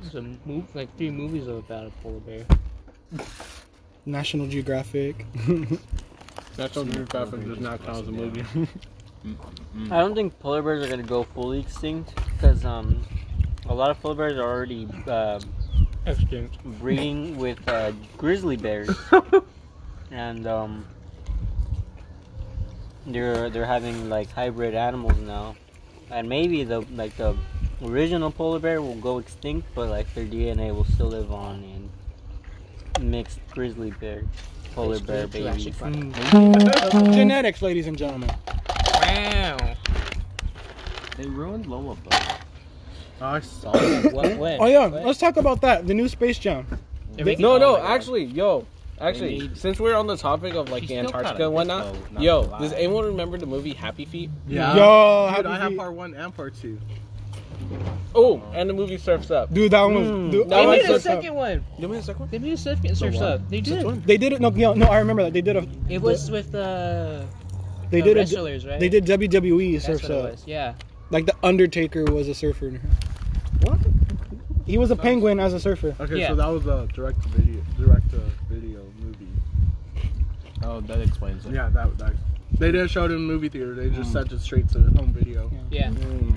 S1: There's a move, like three movies about a polar bear.
S2: National Geographic.
S7: National Geographic does not count as a movie.
S14: I don't think polar bears are gonna go fully extinct because um, a lot of polar bears are already uh,
S1: Extinct.
S14: breeding with uh, grizzly bears, and um, they're they're having like hybrid animals now, and maybe the like the original polar bear will go extinct, but like their DNA will still live on in mixed grizzly bear, polar bear babies.
S2: Mm. Genetics, ladies and gentlemen.
S12: Wow.
S6: They ruined Lola Bunny.
S7: Oh,
S4: I saw that.
S6: What? When?
S2: Oh yeah, let's talk about that. The new Space Jam. They-
S7: No, no, actually, yo. Actually,
S6: need-
S7: since we're on the topic of like
S6: still
S7: Antarctica
S6: kinda
S7: and whatnot,
S6: did, though, not
S7: yo,
S6: gonna lie.
S7: does anyone remember the movie Happy Feet?
S4: Yeah.
S2: Yo,
S4: Dude,
S2: how
S4: I
S2: did
S4: have
S2: he-
S4: part one and part two.
S7: Oh, and the movie Surfs Up.
S2: Dude, that one was. Dude, oh,
S7: That
S2: I
S7: one
S2: like
S7: did a
S2: Surf's Up.
S7: second
S1: one.
S7: You mean the second one?
S1: They made a surf get surfs
S2: what?
S1: up. They did.
S2: They did it. No, no, no, I remember that. They did a.
S1: It was with uh,
S2: They
S1: the
S2: did
S1: wrestlers,
S2: a,
S1: right?
S2: They did WWE
S1: That's
S2: surfs
S1: what it
S2: up.
S1: was. Yeah.
S2: Like the Undertaker was a surfer.
S4: What?
S2: He was a penguin as a surfer.
S4: Okay,
S1: Yeah.
S4: so that was a direct to video, direct to video movie.
S6: Oh, that explains it.
S4: Yeah, that that. They didn't show it in the movie theater. They just sent it straight to home video.
S1: Yeah.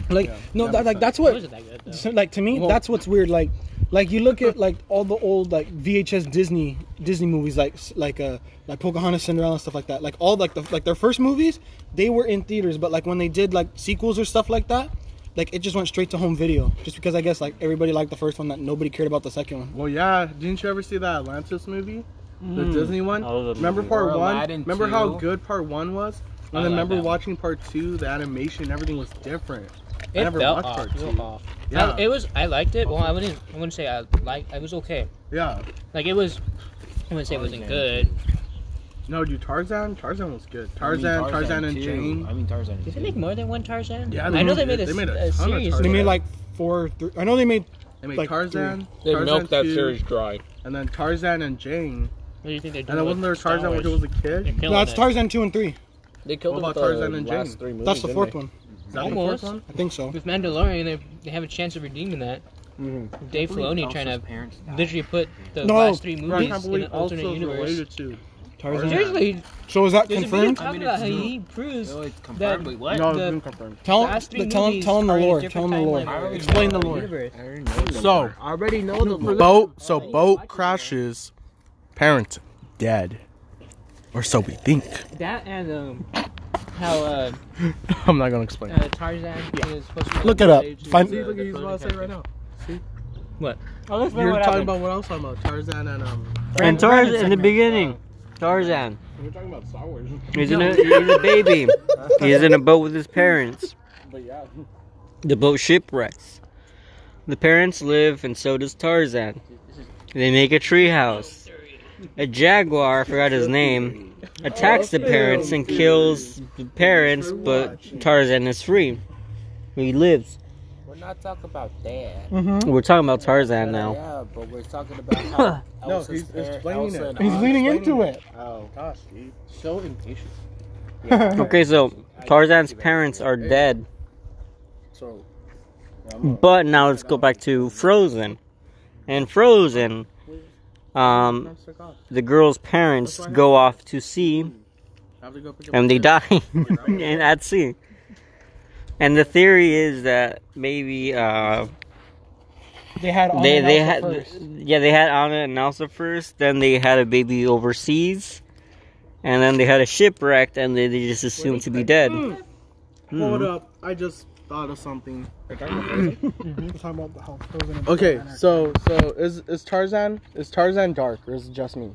S2: Like
S4: Yeah,
S2: no,
S4: that
S2: that, like
S4: makes sense.
S2: that's
S1: It
S2: what.
S1: wasn't that good, though.
S2: so, like to me, that's what's weird. Like, like you look at like all the old like VHS Disney Disney movies, like s- like uh like Pocahontas, Cinderella, and stuff like that. Like all like the like their first movies, they were in theaters, but like when they did like sequels or stuff like that, like it just went straight to home video, just because I guess like everybody liked the first one, that nobody cared about the second one.
S4: Well, yeah. Didn't you ever see that Atlantis movie, the
S7: Hmm.
S2: Mm.
S4: Disney one?
S7: Oh,
S2: I love that
S4: Remember
S2: movie.
S4: part
S2: Or
S4: one?
S2: Aladdin
S4: Remember how
S2: 2.
S4: good part one was? And
S2: I
S4: then
S2: like
S4: remember
S2: that one.
S4: watching part two, the animation, and everything was different. I
S1: It
S4: never
S1: felt
S4: watched
S1: off.
S4: part
S1: It
S4: two.
S1: felt off.
S4: Yeah.
S1: I- it was. I liked it. Well, I wouldn't. I wouldn't say I like. It was okay.
S4: Yeah.
S1: Like it was. I wouldn't say it wasn't good.
S4: No, dude, Tarzan. Tarzan was good. Tarzan, Tarzan, and
S6: too.
S4: Jane.
S6: I mean Tarzan.
S1: Did they make more than one Tarzan?
S4: Yeah,
S1: I know they
S4: did.
S1: made a,
S4: They made a
S1: a
S4: ton of
S1: series.
S4: Tarzan.
S2: They made like four, three. I know they made.
S4: They made
S2: like,
S4: Tarzan.
S7: They
S4: Tarzan
S7: milked that
S4: 2,
S7: series dry.
S4: And then Tarzan and Jane.
S1: What do you think they're doing?
S4: And then wasn't
S1: with
S4: there
S1: Star
S4: Tarzan when he
S1: Wars?
S4: was a kid?
S2: three. No, it's
S1: eh?
S2: Tarzan two and three.
S7: They killed
S4: What
S7: him
S4: about
S7: with the
S4: Tarzan and
S7: last
S4: Jane?
S7: three movies.
S2: That's the
S7: didn't
S2: fourth
S7: they?
S2: one.
S4: Is that the
S1: Almost.
S4: fourth one?
S2: I think so.
S1: With Mandalorian, they, they have a chance of redeeming that. Dave Filoni trying to literally put the
S2: No,
S1: last three
S4: Bro, I
S1: movies
S4: can't
S1: in
S4: believe
S1: an
S4: also
S1: alternate
S4: it's
S1: universe.
S4: related to.
S2: Tarzan.
S1: Seriously,
S2: So is that
S1: there's a video
S2: confirmed?
S1: talking about how he proves
S6: No, it's confirmed.
S1: that
S6: Wait, what?
S4: No,
S1: the-
S4: it's been confirmed.
S2: Tell
S1: the last three
S2: tell him
S1: movies
S2: tell him the
S1: are in a
S2: lore. Tell
S1: different
S2: him the lore.
S1: timeline where it's
S2: Explain the
S1: another
S2: lore.
S1: universe.
S4: So
S6: I already know the
S4: boat. So boat crashes. Parents dead, or so we think.
S1: That and um, how uh,
S4: I'm not gonna explain.
S1: uh, Tarzan is supposed to. be
S2: Look it up.
S1: related to
S2: Find-
S1: the-
S4: See, look
S1: the
S4: at what I
S1: Filoni
S4: say right now. See,
S1: What?
S14: Oh, that's
S4: you're talking about what I was talking about, Tarzan and um.
S14: And Tarzan in the beginning, Tarzan.
S4: We're talking about Star Wars.
S14: He's in a he's a baby. He's in a boat with his parents.
S4: But yeah.
S14: The boat shipwrecks. The parents live, and so does Tarzan. They make a treehouse. A jaguar, I forgot his name, attacks the parents and kills the parents, but Tarzan is free. He lives.
S16: We're not talking about that.
S14: We're talking about Tarzan now.
S16: Yeah, but we're talking about how
S4: No,
S16: Elsa's
S4: he's
S16: parent-
S4: explaining
S16: Elsa
S4: it.
S16: and
S5: Uh,
S2: He's
S16: Anna-
S2: leaning into it.
S16: Oh,
S4: Gosh, dude. So impatient.
S14: Okay, so Tarzan's parents are dead,
S4: So,
S14: but now let's go back to Frozen. And Frozen, um, the girl's parents go off to sea
S4: have to go pick up
S14: and they die and at sea. And the theory is that maybe uh,
S2: They had Anna
S14: they
S2: and
S14: they
S2: Elsa
S14: had
S2: first.
S14: yeah they had Anna and Elsa first. Then they had a baby overseas, and then they had a shipwrecked, and they, they just assumed to be dead.
S4: Mm.
S14: Hmm.
S4: Hold up. I just thought of something.
S17: talking about how frozen. and
S4: Okay,
S17: Batman are.
S4: so so is is Tarzan is Tarzan dark or is it just me,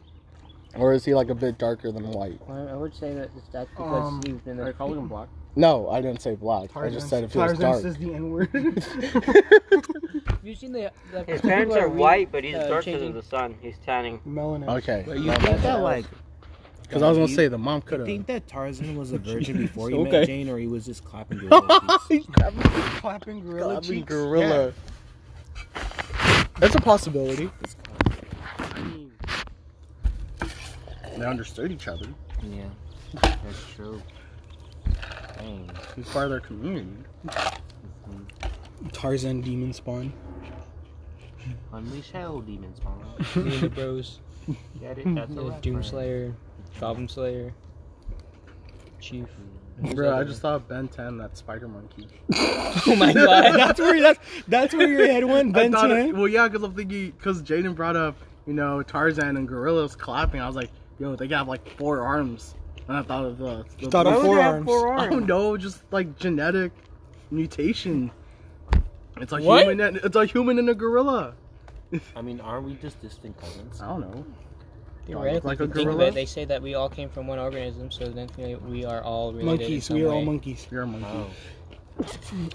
S4: or is he like a bit darker than white?
S1: Well, I would say that that's because
S17: Um,
S1: he's been a him black.
S4: No, I didn't say black. I
S17: Tarzan-
S4: just said if he was
S17: Tarzan
S4: dark.
S17: says the N word.
S1: You've seen the, the
S14: His
S1: people
S14: parents
S1: that
S14: are
S1: read,
S14: white, but he's
S1: uh,
S14: dark because
S1: changing-
S14: of the sun. He's tanning.
S17: Melanin.
S4: Okay.
S14: But you
S4: no,
S14: think
S4: no,
S14: that,
S4: no.
S14: like-
S4: 'Cause I was gonna
S5: You-
S4: say the mom could
S5: You think that Tarzan was a virgin before he
S4: Okay.
S5: met Jane, or he was just clapping gorilla
S4: have. He's clapping,
S17: clapping gorilla
S4: clapping
S17: cheeks.
S4: gorilla. That's a possibility. They understood each other.
S5: Yeah, that's true.
S4: He's part of their community.
S2: Tarzan demon spawn.
S5: Unleash hell, demons,
S1: Me and the bros.
S5: Get it? That's a
S1: Yeah, Doom
S5: reference.
S1: Slayer, Goblin Slayer, Chief.
S4: Bro, I just thought of Ben 10, that spider monkey.
S2: Oh my god, that's where that's that's where your head went,
S4: I
S2: Ben
S4: thought it-
S2: 10.
S4: well, yeah, because I'm thinking, because Jaden brought up, you know, Tarzan and gorillas clapping. I was like, yo, they got like four arms. And I thought of the. the
S2: thought of Why would four they have arms. four
S4: I don't know, just like genetic mutation. It's like
S3: What?
S4: human. And, it's a human and a gorilla.
S16: I mean, aren't we just distant cousins?
S4: I don't know. Do I look
S1: Theoretically,
S4: like a
S1: if you think of
S4: gorilla?
S1: it, they say that we all came from one organism, so then we- we are all related. in
S2: Monkeys,
S1: some
S2: we are all
S1: way.
S2: monkeys.
S4: You're a monkey.
S5: Oh.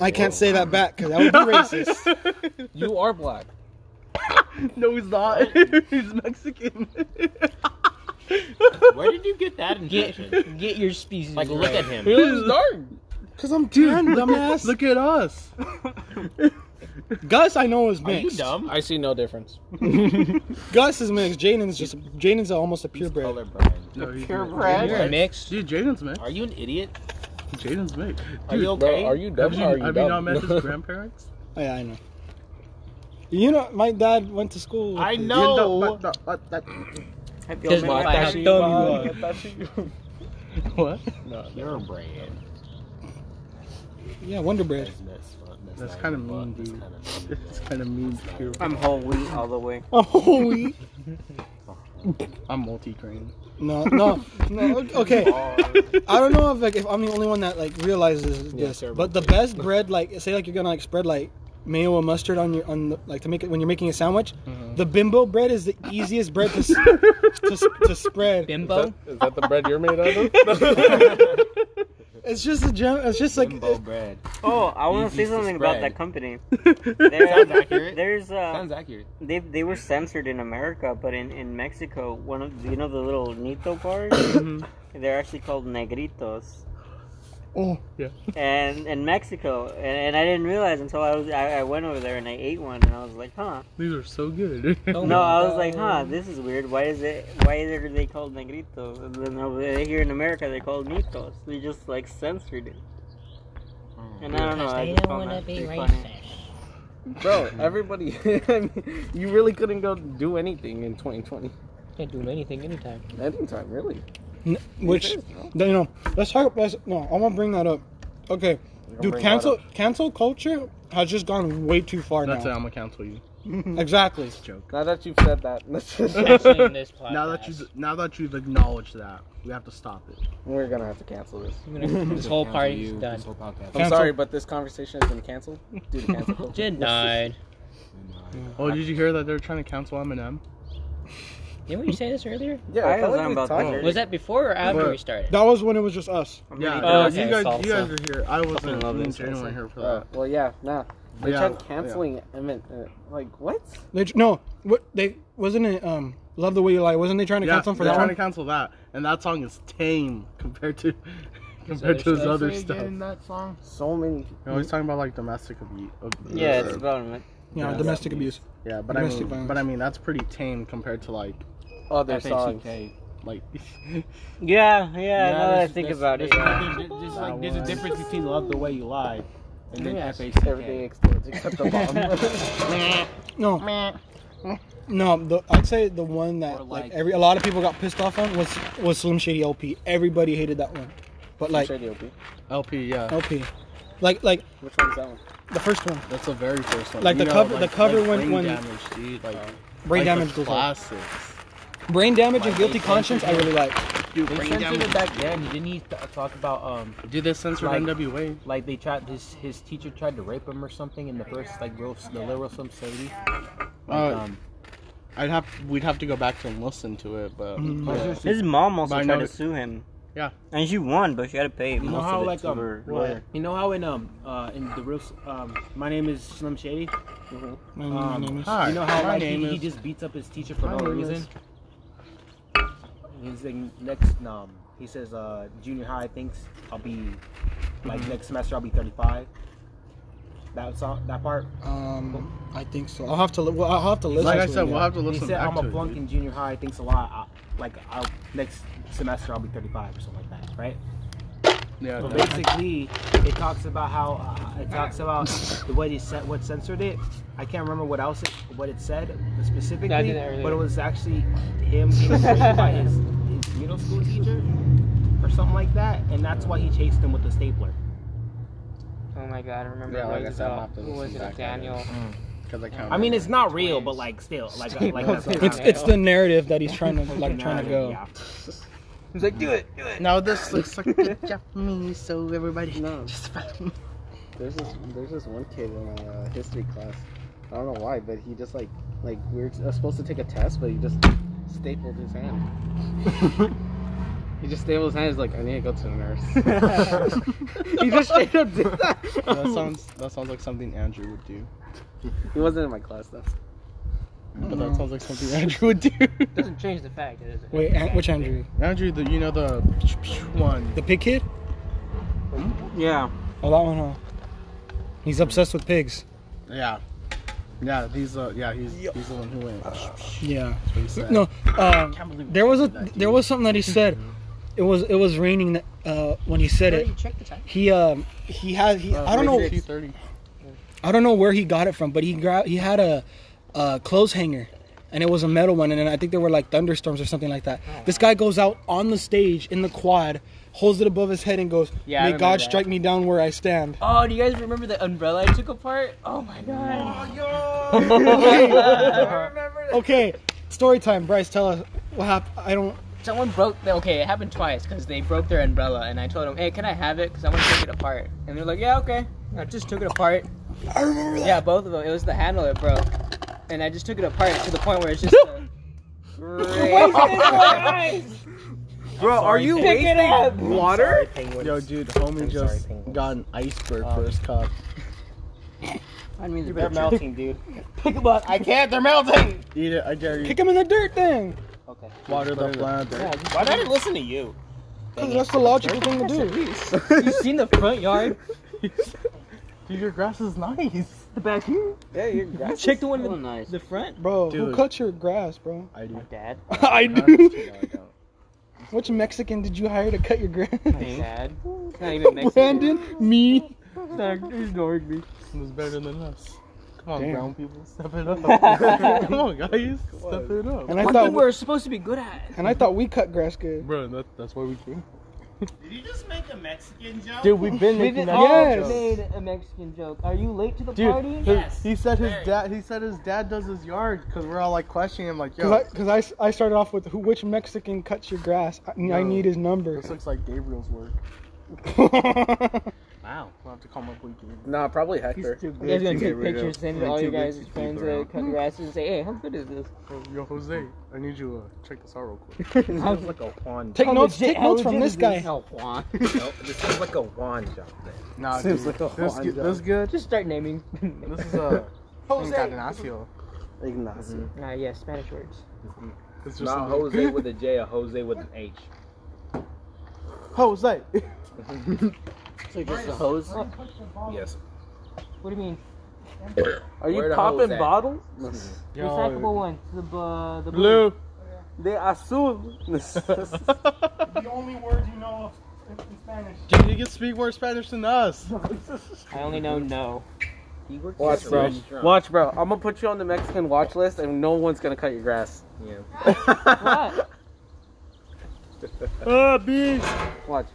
S2: I can't say that back because that would be racist.
S4: You are black. no, he's not. he's Mexican.
S5: Where did you get that injection?
S1: Get your species.
S5: Like, look
S1: right.
S5: at him.
S4: He looks
S1: dark.
S4: Cause I'm tan,
S2: look-
S4: dumbass. Look at us.
S2: Gus, I know is
S6: Are you
S2: mixed.
S6: dumb? I see no difference.
S2: Gus is mixed. Jaden's just Jaden's almost a purebred.
S4: No, he's
S2: Pure
S4: mixed.
S2: bread. You're
S1: mixed.
S4: Dude, Jaden's mixed.
S5: Are you an idiot?
S4: Jaden's mixed.
S6: Are
S4: Dude,
S6: you okay? Bro, are you dumb
S4: Have
S6: or are you
S4: have
S6: dumb?
S4: not met his grandparents?
S2: Oh, yeah, I know. You know, my dad went to school. with
S4: I
S2: the-
S4: know.
S13: Have
S2: Just
S13: met that
S2: like that.
S13: guy?
S2: What?
S5: You're a brand.
S2: Yeah, Wonder Bread.
S4: That's kind of mean, dude. It's kind of mean. Pure.
S13: I'm whole wheat all the way.
S2: Oh, we.
S4: I'm multi-grain.
S2: No, no, no. Okay, I don't know if like if I'm the only one that like realizes
S4: Yeah,
S2: this,
S4: terrible
S2: but the best bread, like say like you're gonna like spread like mayo and mustard on your on the, like to make it when you're making a sandwich,
S4: Mm-hmm.
S2: the bimbo bread is the easiest bread to s- to, s- to spread.
S1: Bimbo.
S6: Is that the bread you're made out of?
S2: It's just a gem. It's just like
S16: bread.
S13: Oh, I want to
S16: Easy
S13: say
S16: to
S13: something about
S16: spread.
S13: that company.
S16: Sounds
S13: There,
S16: accurate.
S13: there's uh,
S16: Sounds accurate.
S13: They they were censored in America, but in, in Mexico, one of you know the little nito bars,
S10: Mm-hmm.
S13: they're actually called negritos.
S2: oh
S4: yeah.
S13: And in Mexico, and, and I didn't realize until I was I, I went over there and I ate one, and I was like, huh.
S4: These are so good.
S16: Oh
S13: no, I was like, huh, this is weird. Why is it? Why are they called negrito? And then over here in America, they're called nitos. They just like censored it.
S16: Oh.
S13: And I don't know.
S10: Because
S13: I
S10: they
S13: just
S10: don't
S13: found
S10: wanna
S13: that
S10: be
S13: pretty
S10: racist.
S13: funny.
S7: Oh,
S6: Bro, everybody, I mean, you really couldn't go do anything in 2020.
S1: Can't do anything anytime.
S6: Anytime, really.
S2: N- which you know let's talk let's no i want to bring that up okay
S4: bring
S2: dude
S4: that
S2: cancel cancel culture has just gone way too far
S4: That's it.
S2: now
S4: I'm gonna cancel you.
S2: exactly
S4: It's a joke.
S6: Now that you've said that, let's just.
S1: Canceling this podcast.
S4: Now that you now that you've acknowledged that, we have to stop it.
S6: We're gonna have to cancel this.
S1: We're gonna- this whole party's done.
S6: I'm
S1: Cancel.
S6: sorry, but this conversation has been canceled due to cancel culture.
S1: Denied.
S4: Oh, did you hear that they're trying to cancel Eminem?
S1: Didn't we say this earlier?
S6: Yeah, I I felt was like on we
S4: about that talked. earlier.
S1: Was that before or after
S4: But-
S1: we started?
S2: that was when it was just us
S4: Yeah,
S1: Oh,
S4: Uh, you
S1: okay,
S4: guys,
S1: salsa.
S4: you guys are here. I wasn't
S1: Fucking love
S4: me and
S1: this
S4: Jaden
S1: salsa.
S4: weren't here for
S6: Uh,
S4: that.
S6: well, yeah, nah.
S3: They
S4: Yeah,
S3: tried canceling Emmett. uh, Like what?
S2: They, tr- no, what they wasn't it? Um, love the way you lie. Wasn't they trying to
S4: yeah,
S2: cancel him for
S4: they're
S2: that
S4: trying
S2: one?
S4: to cancel that, and that song is tame compared to compared to his other stuff.
S18: that song?
S3: So many.
S4: No, he's talking about like domestic abuse.
S18: Yeah, it's
S4: about
S2: Yeah, domestic abuse.
S4: Yeah, but
S2: Domestic
S4: I mean,
S2: violence.
S4: but I mean that's pretty tame compared to like
S3: Other
S4: FACK,
S3: songs.
S4: Like
S19: Yeah, yeah. now that I
S5: there's-
S19: think
S5: there's-
S19: about it.
S5: there's-
S19: yeah.
S5: There's, there's like, there's a difference between love the way you lie and then
S3: Yeah,
S5: FACK.
S3: everything explodes except the bomb.
S2: No. No, the, I'd say the one that like, every a lot of people got pissed off on was was Slim Shady LP. Everybody hated that one, but like
S3: Shady LP.
S4: LP, yeah.
S2: LP, like like
S3: Which one's that one?
S2: the first one.
S4: That's the very first one.
S2: Like the
S4: You know,
S2: cover,
S4: like-
S2: the cover
S4: like
S2: when
S4: brain
S2: when
S4: damage, dude, like,
S2: brain
S4: like the
S2: damage goes off.
S4: classics.
S2: Brain damage
S4: Like,
S2: and guilty
S4: they
S2: conscience, I
S4: censored
S2: really like.
S5: Dude, they
S4: brain
S5: censored
S4: damage.
S5: it back then. Didn't he th- talk about um?
S4: Did they censor NWA?
S5: Like they tried his his teacher tried to rape him or something in the first like real the literal Slim Sadie. Like,
S4: Uh,
S5: um,
S4: I'd have we'd have to go back and listen to it, but
S5: Mhm.
S4: yeah.
S19: His mom also
S4: But I
S19: tried
S4: know-
S19: to sue him.
S4: Yeah.
S19: And she won, but she had to pay
S5: you
S19: most
S5: know how
S19: of it
S5: like
S19: to
S5: um,
S19: her
S5: well,
S19: lawyer.
S5: you know how in um uh in the real S- um my name is Slim Shady.
S2: My
S5: Um,
S2: name is-
S5: you know
S4: Hi,
S5: how
S4: my
S5: like
S4: name
S5: he, he
S4: is-
S5: just beats up his teacher for
S4: My
S5: no
S4: name is-
S5: reason. He's like next um he says uh junior high thinks I'll be like
S4: Mm-hmm.
S2: Mhm.
S5: next semester I'll be thirty five. That song that part.
S2: Um, I think so. I'll have to. li- Well, I'll have to listen. to it, yeah.
S5: He said I'm a flunk in junior high. Thinks a lot. I, like I'll, next semester I'll be 35 or something like that, right?
S4: Yeah.
S5: But
S4: no.
S5: basically, it talks about how uh, it talks about the way they set what censored it. I can't remember what else it, what it said specifically,
S1: I did that earlier.
S5: but it was actually him getting raped by his, his middle school teacher or something like that, and that's why he chased him with the stapler.
S1: Oh my god, I remember.
S4: Yeah,
S1: what
S4: like I
S1: was
S4: said,
S1: it
S4: I'll
S1: about-
S4: have to
S1: Who was
S4: listen
S1: it?
S4: back.
S1: Daniel.
S4: Because I can't.
S5: I mean, it's not real, but like still, like uh, like that's
S2: it's it's the narrative that he's trying to like trying to go.
S5: Yeah.
S4: He's like, do it, do it. Now this looks like a Japanese, so everybody
S3: No.
S4: just
S3: There's this there's this one kid in my uh, history class. I don't know why, but he just like like we were uh, supposed to take a test, but he just stapled his hand. he just stapled his hand. He's like, I need to go to the nurse. he just straight up did that.
S4: that sounds that sounds like something Andrew would do.
S3: He wasn't in my class though.
S4: But that sounds like something Andrew would do.
S1: Doesn't change the fact. It is.
S2: Wait, An- which Andrew?
S4: Andrew, the you know the one.
S2: The pig kid?
S4: Yeah.
S2: Oh, that one, huh? He's obsessed with pigs.
S4: Yeah. Yeah, he's uh yeah, he's he's the one who went.
S2: Yeah.
S4: what he said.
S2: No, uh,
S4: can't believe
S2: there was a there was something that he said. It was it was raining that, uh, when he said
S1: Where
S2: it.
S1: you check the time?
S2: He um he had he I don't know
S4: Two thirty.
S2: I don't know where he got it from, but he gra- he had a, a clothes hanger, and it was a metal one, and then I think there were like thunderstorms or something like that.
S14: Oh.
S2: This guy goes out on the stage in the quad, holds it above his head, and goes,
S14: Yeah, I
S2: "May
S14: remember
S2: God
S14: that.
S2: strike me down where I stand."
S14: Oh, do you guys remember the umbrella I took apart? Oh my god.
S2: okay, story time. Bryce, tell us what happened. I don't.
S14: Someone broke. The, okay, it happened twice because they broke their umbrella, and I told them, "Hey, can I have it? Because I want to take it apart." And they're like, "Yeah, okay." And I just took it apart.
S2: I remember
S14: Yeah, both of them. It was the handle that broke, and I just took it apart to the point where it's just. a-
S4: Bro,
S14: are sorry, you Penguin. wasting
S4: water? Yo, dude, homie just got an iceberg for his cup.
S20: I mean,
S4: You
S20: they're
S4: better-
S20: melting, dude.
S4: Pick him up. I can't. They're melting. Eat it. I dare you.
S2: Kick him in the dirt, thing.
S20: Okay.
S4: Water the plant.
S20: Why did I listen to you?
S2: Because that's the logical thing to do.
S14: you seen the front yard?
S4: Dude, your grass is nice.
S14: The back here?
S20: Yeah, your grass. is
S14: Check the one
S20: so
S14: in
S20: nice.
S14: the front.
S2: Bro, who
S4: Dude.
S2: cut your grass, bro?
S4: I do.
S20: Dad.
S2: I do. Which Mexican did you hire to cut your grass?
S20: Dad. It's not even Mexican.
S2: Brandon, me.
S4: ignoring me. It's better than us. Come on,
S2: Damn.
S4: brown people, step it up. Come on, guys, step it up.
S2: And I thought
S14: we're supposed to be good at.
S2: and I thought we cut grass good.
S4: Bro, that, that's why we grew.
S21: Did you just make a Mexican joke?
S4: Dude, we've been
S14: We
S4: making
S14: did
S4: that
S14: all
S4: joke.
S14: made a Mexican joke. Are you late to the
S4: Dude,
S14: party?
S4: his- he said his dad. He said his dad does his yard because we're all like questioning him, like, yo,
S2: Because I, s- I started off with who, which Mexican cuts your grass? I, I
S4: Yo.
S2: need his number.
S4: this looks like Gabriel's work.
S2: Wow.
S4: Wow.
S3: have to come up weekly.
S22: Nah, probably Hector.
S3: He's too
S14: You guys
S3: good to
S14: gonna
S3: get
S14: take
S3: rid
S14: pictures,
S3: of.
S14: send it
S3: Way
S14: to all
S3: too
S14: your
S3: good
S14: guys'
S3: to keep
S14: friends
S3: around.
S14: that cut grass and say, hey, how good is this?
S3: Yo, Jose, I need you
S4: uh,
S3: to check this out real quick.
S23: Sounds like a wand.
S2: Take notes- take notes from this guy.
S23: A wand. No, this sounds like a wand job. Then.
S3: Nah,
S23: Seems
S3: dude,
S23: like a
S3: this,
S23: Juan
S3: good,
S23: job.
S3: this good.
S14: Just start naming.
S3: This is uh,
S14: Jose.
S3: Jose Ignacio.
S14: Ignacio. Ah, yeah, Spanish words.
S3: It's just
S5: Not
S3: a-
S5: Jose with a J, a Jose with an H.
S23: Jose.
S14: So
S5: just
S14: a
S5: hose?
S14: Yes. What do you mean?
S3: Are you
S5: Where the
S3: popping
S5: hoes at?
S3: bottles?
S5: Yo.
S14: Recyclable ones. The, bu- the
S3: Blue. They are azul.
S24: the only word you know of in Spanish.
S4: Dude, you can speak more Spanish than us.
S14: I only know no.
S3: Watch, bro. Watch, bro. I'm gonna put you on the Mexican watch list, and no one's gonna cut your grass.
S5: Yeah.
S14: what?
S4: Ah, B.
S3: Watch.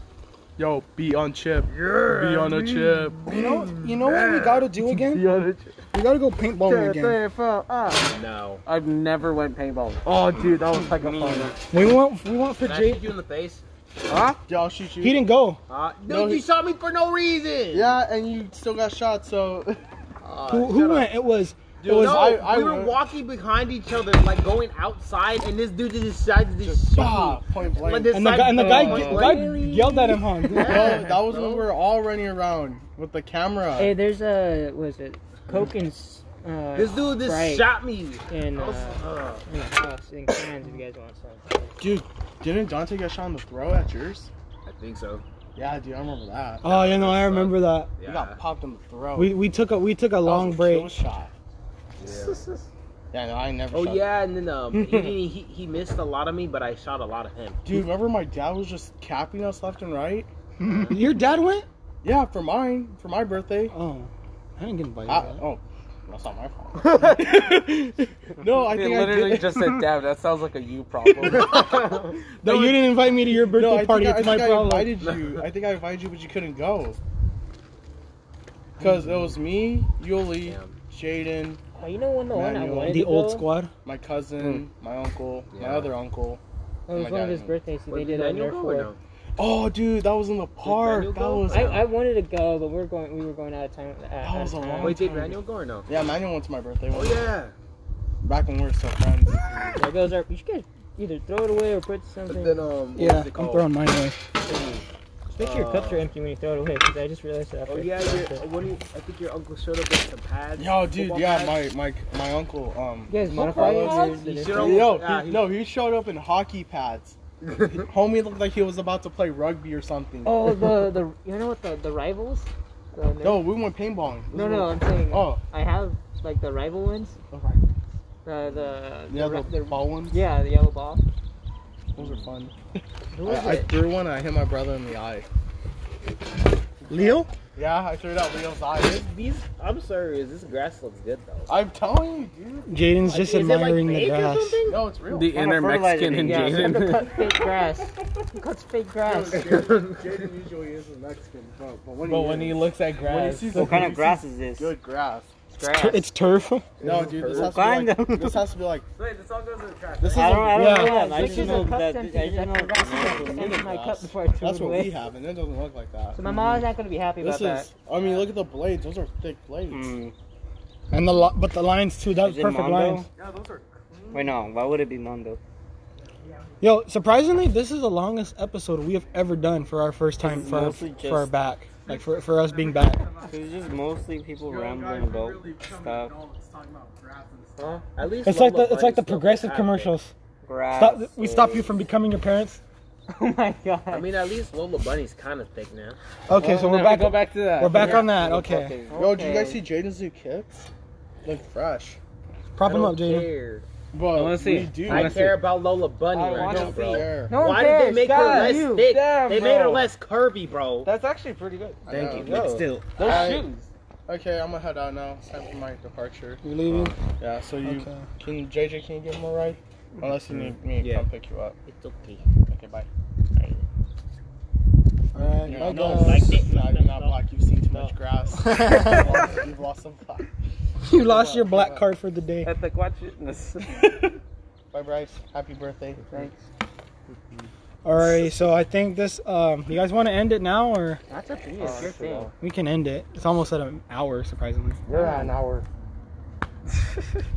S4: Yo, be on chip. Be on a chip.
S2: You know, you know what we gotta do again? We gotta go paintballing again.
S3: No. Ah. I've never went paintballing. Oh, dude, that was like a fun.
S2: We want, we want for
S5: Can I shoot
S2: Jay.
S5: you in the face?
S3: Huh?
S4: Y'all shoot you.
S2: He didn't go.
S5: Uh, dude,
S4: No,
S5: you
S4: he-
S5: shot me for no reason.
S4: Yeah, and you still got shot, so.
S5: Uh,
S2: Who, who
S5: shut up.
S2: went? It was. It
S5: Dude,
S2: was.
S5: no,
S4: I- I
S5: we were
S4: went.
S5: walking behind each other, like going outside, and this dude just decided to shoot
S4: bah,
S5: me.
S4: point blank.
S5: Like, this
S2: And the
S5: side-
S2: guy, and the guy,
S4: uh,
S5: point
S2: the
S5: blank.
S2: guy yelled at him, huh?
S4: Bro, that was when we were all running around with the camera.
S14: Hey, there's a, what is it? Coke and. s- Uh,
S5: This dude just
S14: Sprite
S5: shot me.
S14: In,
S5: I was-
S14: uh,
S5: Ugh.
S14: in the house, in cans, if you guys want some.
S4: Dude, didn't Dante get shot in the throat at yours?
S5: I think so.
S4: Yeah, dude, I remember that.
S2: Oh, you know, I remember that.
S4: You got popped in the throat.
S2: We, we took a we took a long
S4: Kill
S2: break.
S4: shot. Yeah, no, I never.
S5: Oh
S4: shot.
S5: yeah, and then um, he, didn't- he he missed a lot of me, but I shot a lot of him.
S4: Dude, remember my dad was just capping us left and right?
S2: Your dad went?
S4: Yeah, for mine, for my birthday.
S2: Oh, I didn't get invited.
S4: I, oh, that's not my fault. no, I
S3: They
S4: think I
S3: literally
S4: did.
S3: just said, "Damn, that sounds like a you problem."
S2: No, you didn't invite me to your birthday
S4: no, I
S2: party.
S4: think, I, I,
S2: it's my
S4: think I
S2: problem.
S4: invited you. I think I invited you, but you couldn't go. Cause it was me, Yuli, Jaden,
S14: Oh, you know one, the one I
S4: Manuel.
S14: wanted
S2: the
S14: to
S2: old
S14: go?
S2: squad.
S4: my cousin, my uncle, my
S5: Yeah.
S4: other uncle.
S1: Oh
S14: It
S4: and
S14: was
S4: my
S14: one of
S4: dad.
S14: his birthdays, so they
S5: Wait,
S14: did
S5: did
S14: on
S5: Daniel
S14: there
S5: go
S14: for
S5: or
S14: it.
S5: no?
S4: Oh, dude, that was in the park. That
S5: go?
S4: was.
S14: I, I wanted to go, Oh, but we are going. We were going out of time. Uh, out
S4: was
S14: of
S4: a
S14: town.
S4: long
S5: Wait, did
S4: time.
S5: Daniel go or no?
S4: Yeah, Manuel went to my birthday
S5: Oh
S4: once.
S5: yeah.
S4: Back when we were still friends.
S14: There goes our. You guys either throw it away or put something.
S5: But then um, what
S2: Yeah,
S5: was it
S2: I'm
S5: called?
S2: throwing mine away.
S14: Make sure your cups are empty when you throw it away, because I just realized that.
S5: Oh
S14: after.
S5: yeah, your, when you, I think your uncle showed up with some pads.
S4: Yo, dude,
S5: football
S4: yeah,
S5: pads.
S4: my my my uncle. Um,
S14: You guys
S4: Mo
S14: modify
S4: Carlos-
S14: yours?
S5: You
S14: Is
S5: should
S14: it-
S5: almost-
S4: Yo,
S5: yeah,
S4: he-
S5: he-
S4: no, he showed up in hockey pads. Homie looked like he was about to play rugby or something.
S14: Oh, the the you know what the the rivals. The,
S4: No, we went paintballing.
S14: no, no, I'm saying.
S4: Oh.
S14: I have like the rival ones. The the
S4: Yeah,
S14: the,
S4: the ball ones?
S14: Yeah, the yellow ball.
S4: Those are fun.
S14: Who was
S4: I, I
S14: it?
S4: threw one. and I hit my brother in the eye.
S2: Leo?
S4: Yeah, I threw it out Leo's eye.
S5: These, I'm serious. This grass looks good though.
S4: I'm telling you, dude.
S2: Jaden's just
S5: Is it, like,
S2: admiring the
S5: fake or
S2: grass.
S5: something?
S4: No, it's real.
S3: the
S4: I'm a
S3: inner
S4: fertilizer
S3: Mexican in
S14: Yeah, send them
S3: Jaden.
S14: cut fake grass. Who cuts fake grass.
S25: Jaden usually is a Mexican, but, but when
S4: But
S25: he
S4: when
S25: is,
S4: he looks at grass,
S26: What kind of grass is this?
S4: good grass.
S26: Grass.
S2: It's turf.
S4: No, dude, this has,
S26: Kind
S4: to be like, this has to be like.
S3: Wait, this all goes in the trash.
S4: This is
S26: I don't, I don't
S2: Yeah.
S26: know that. I
S14: Pictures
S26: just
S14: of
S26: know
S14: cups
S26: that. I
S14: empty,
S26: just
S14: that's
S26: know
S14: the grass is
S26: that.
S14: empty. Empty my
S4: grass.
S14: cup before I threw
S4: That's
S14: it
S4: what
S14: away.
S4: we have, and it doesn't look like that.
S14: So my mom's not gonna be happy
S4: This
S14: about
S4: is.
S14: that.
S4: I mean, look at the blades. Those are thick blades.
S3: Hmm.
S2: And the li- but the lines too. That was
S26: Is it
S2: perfect
S26: Mondo?
S2: lines.
S3: Yeah, those are.
S26: Wait, no. Why would it be Mondo?
S2: Yo, surprisingly, this is the longest episode we have ever done for our first time
S26: is
S2: for our,
S26: mostly
S2: for our
S26: just-
S2: back, like for for us being back.
S26: It's just mostly people rambling about stuff.
S5: Huh? At least
S2: It's like the
S5: Lola
S2: it's like the
S5: finds stuff
S2: progressive
S5: to
S2: commercials.
S26: Grass.
S2: Stop, we stop you from becoming your parents.
S14: Oh my god.
S5: have. I mean, at least Lola Bunny's kind of thick now.
S2: Okay, so we're back.
S3: Go back to that.
S2: We're back
S3: Yeah.
S2: on that. Okay,
S4: Yo, did you guys see Jaden's new kicks? Look fresh.
S2: prop
S5: I
S2: him
S5: don't
S2: up, Jaden.
S5: care.
S4: But
S3: I wanna see
S4: We
S3: it. I
S4: do.
S5: I
S3: wanna see
S5: care
S3: it.
S5: about Lola Bunny
S3: I
S5: right
S3: wanna
S5: now,
S3: see
S5: bro.
S4: Care.
S14: No one
S5: Why
S14: cares.
S5: did they make
S14: God,
S5: her less
S14: you.
S5: thick?
S3: Damn,
S5: they made her
S3: bro.
S5: less curvy, bro.
S3: That's actually pretty good.
S4: Thank you.
S5: Yo.
S3: Those
S4: I-
S3: shoes.
S4: Okay, I'm gonna head out now. It's time for my departure.
S2: You're leaving.
S4: Yeah, so you
S2: Okay.
S4: can JJ can you give him a ride? Unless you need me to
S5: Yeah.
S4: come pick you up.
S5: It's okay.
S4: Okay, bye.
S2: All
S4: No,
S2: right,
S4: no,
S2: bye guys.
S4: no, you're not black. You've seen too much grass. You've lost- You've lost some black.
S2: You lost your black card for the day.
S3: At the Quachitness.
S4: Bye, Bryce. Happy birthday.
S3: Thanks.
S2: Alrighty, so I think this. Um, you guys want to end it now, or
S12: That's up to you. It's your thing.
S2: we can end it? It's almost at an hour, surprisingly.
S6: We're at an hour.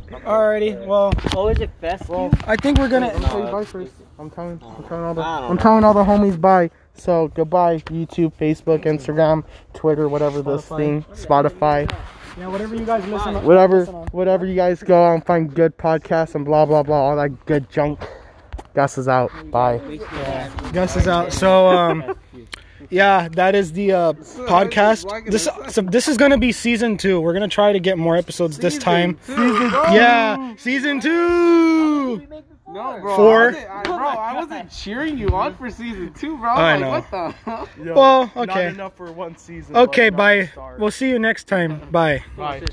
S2: Alrighty, well.
S13: Oh, is it festive?
S2: I think we're gonna.
S6: Say bye first. I'm telling, I'm telling all the, I'm telling all the homies bye. So goodbye, YouTube, Facebook, Instagram, Twitter, whatever this thing, Spotify,
S2: Yeah, whatever you guys listen.
S6: whatever, whatever you guys go out and find good podcasts and blah blah blah, all that good junk. Gus is out. Bye.
S2: Gus is out. So um, yeah, that is the uh, podcast. This so this is gonna be season two. We're gonna try to get more episodes this time. Yeah, season two.
S3: No, bro.
S2: Four.
S3: I
S2: Oh
S3: wasn't- I- bro, I wasn't cheering you on for season two, bro.
S2: I
S3: I'm
S2: know.
S3: like, what the hell?
S2: Well, okay.
S17: enough for one season.
S2: Okay, bye. We'll see you next time. Bye.
S17: Bye.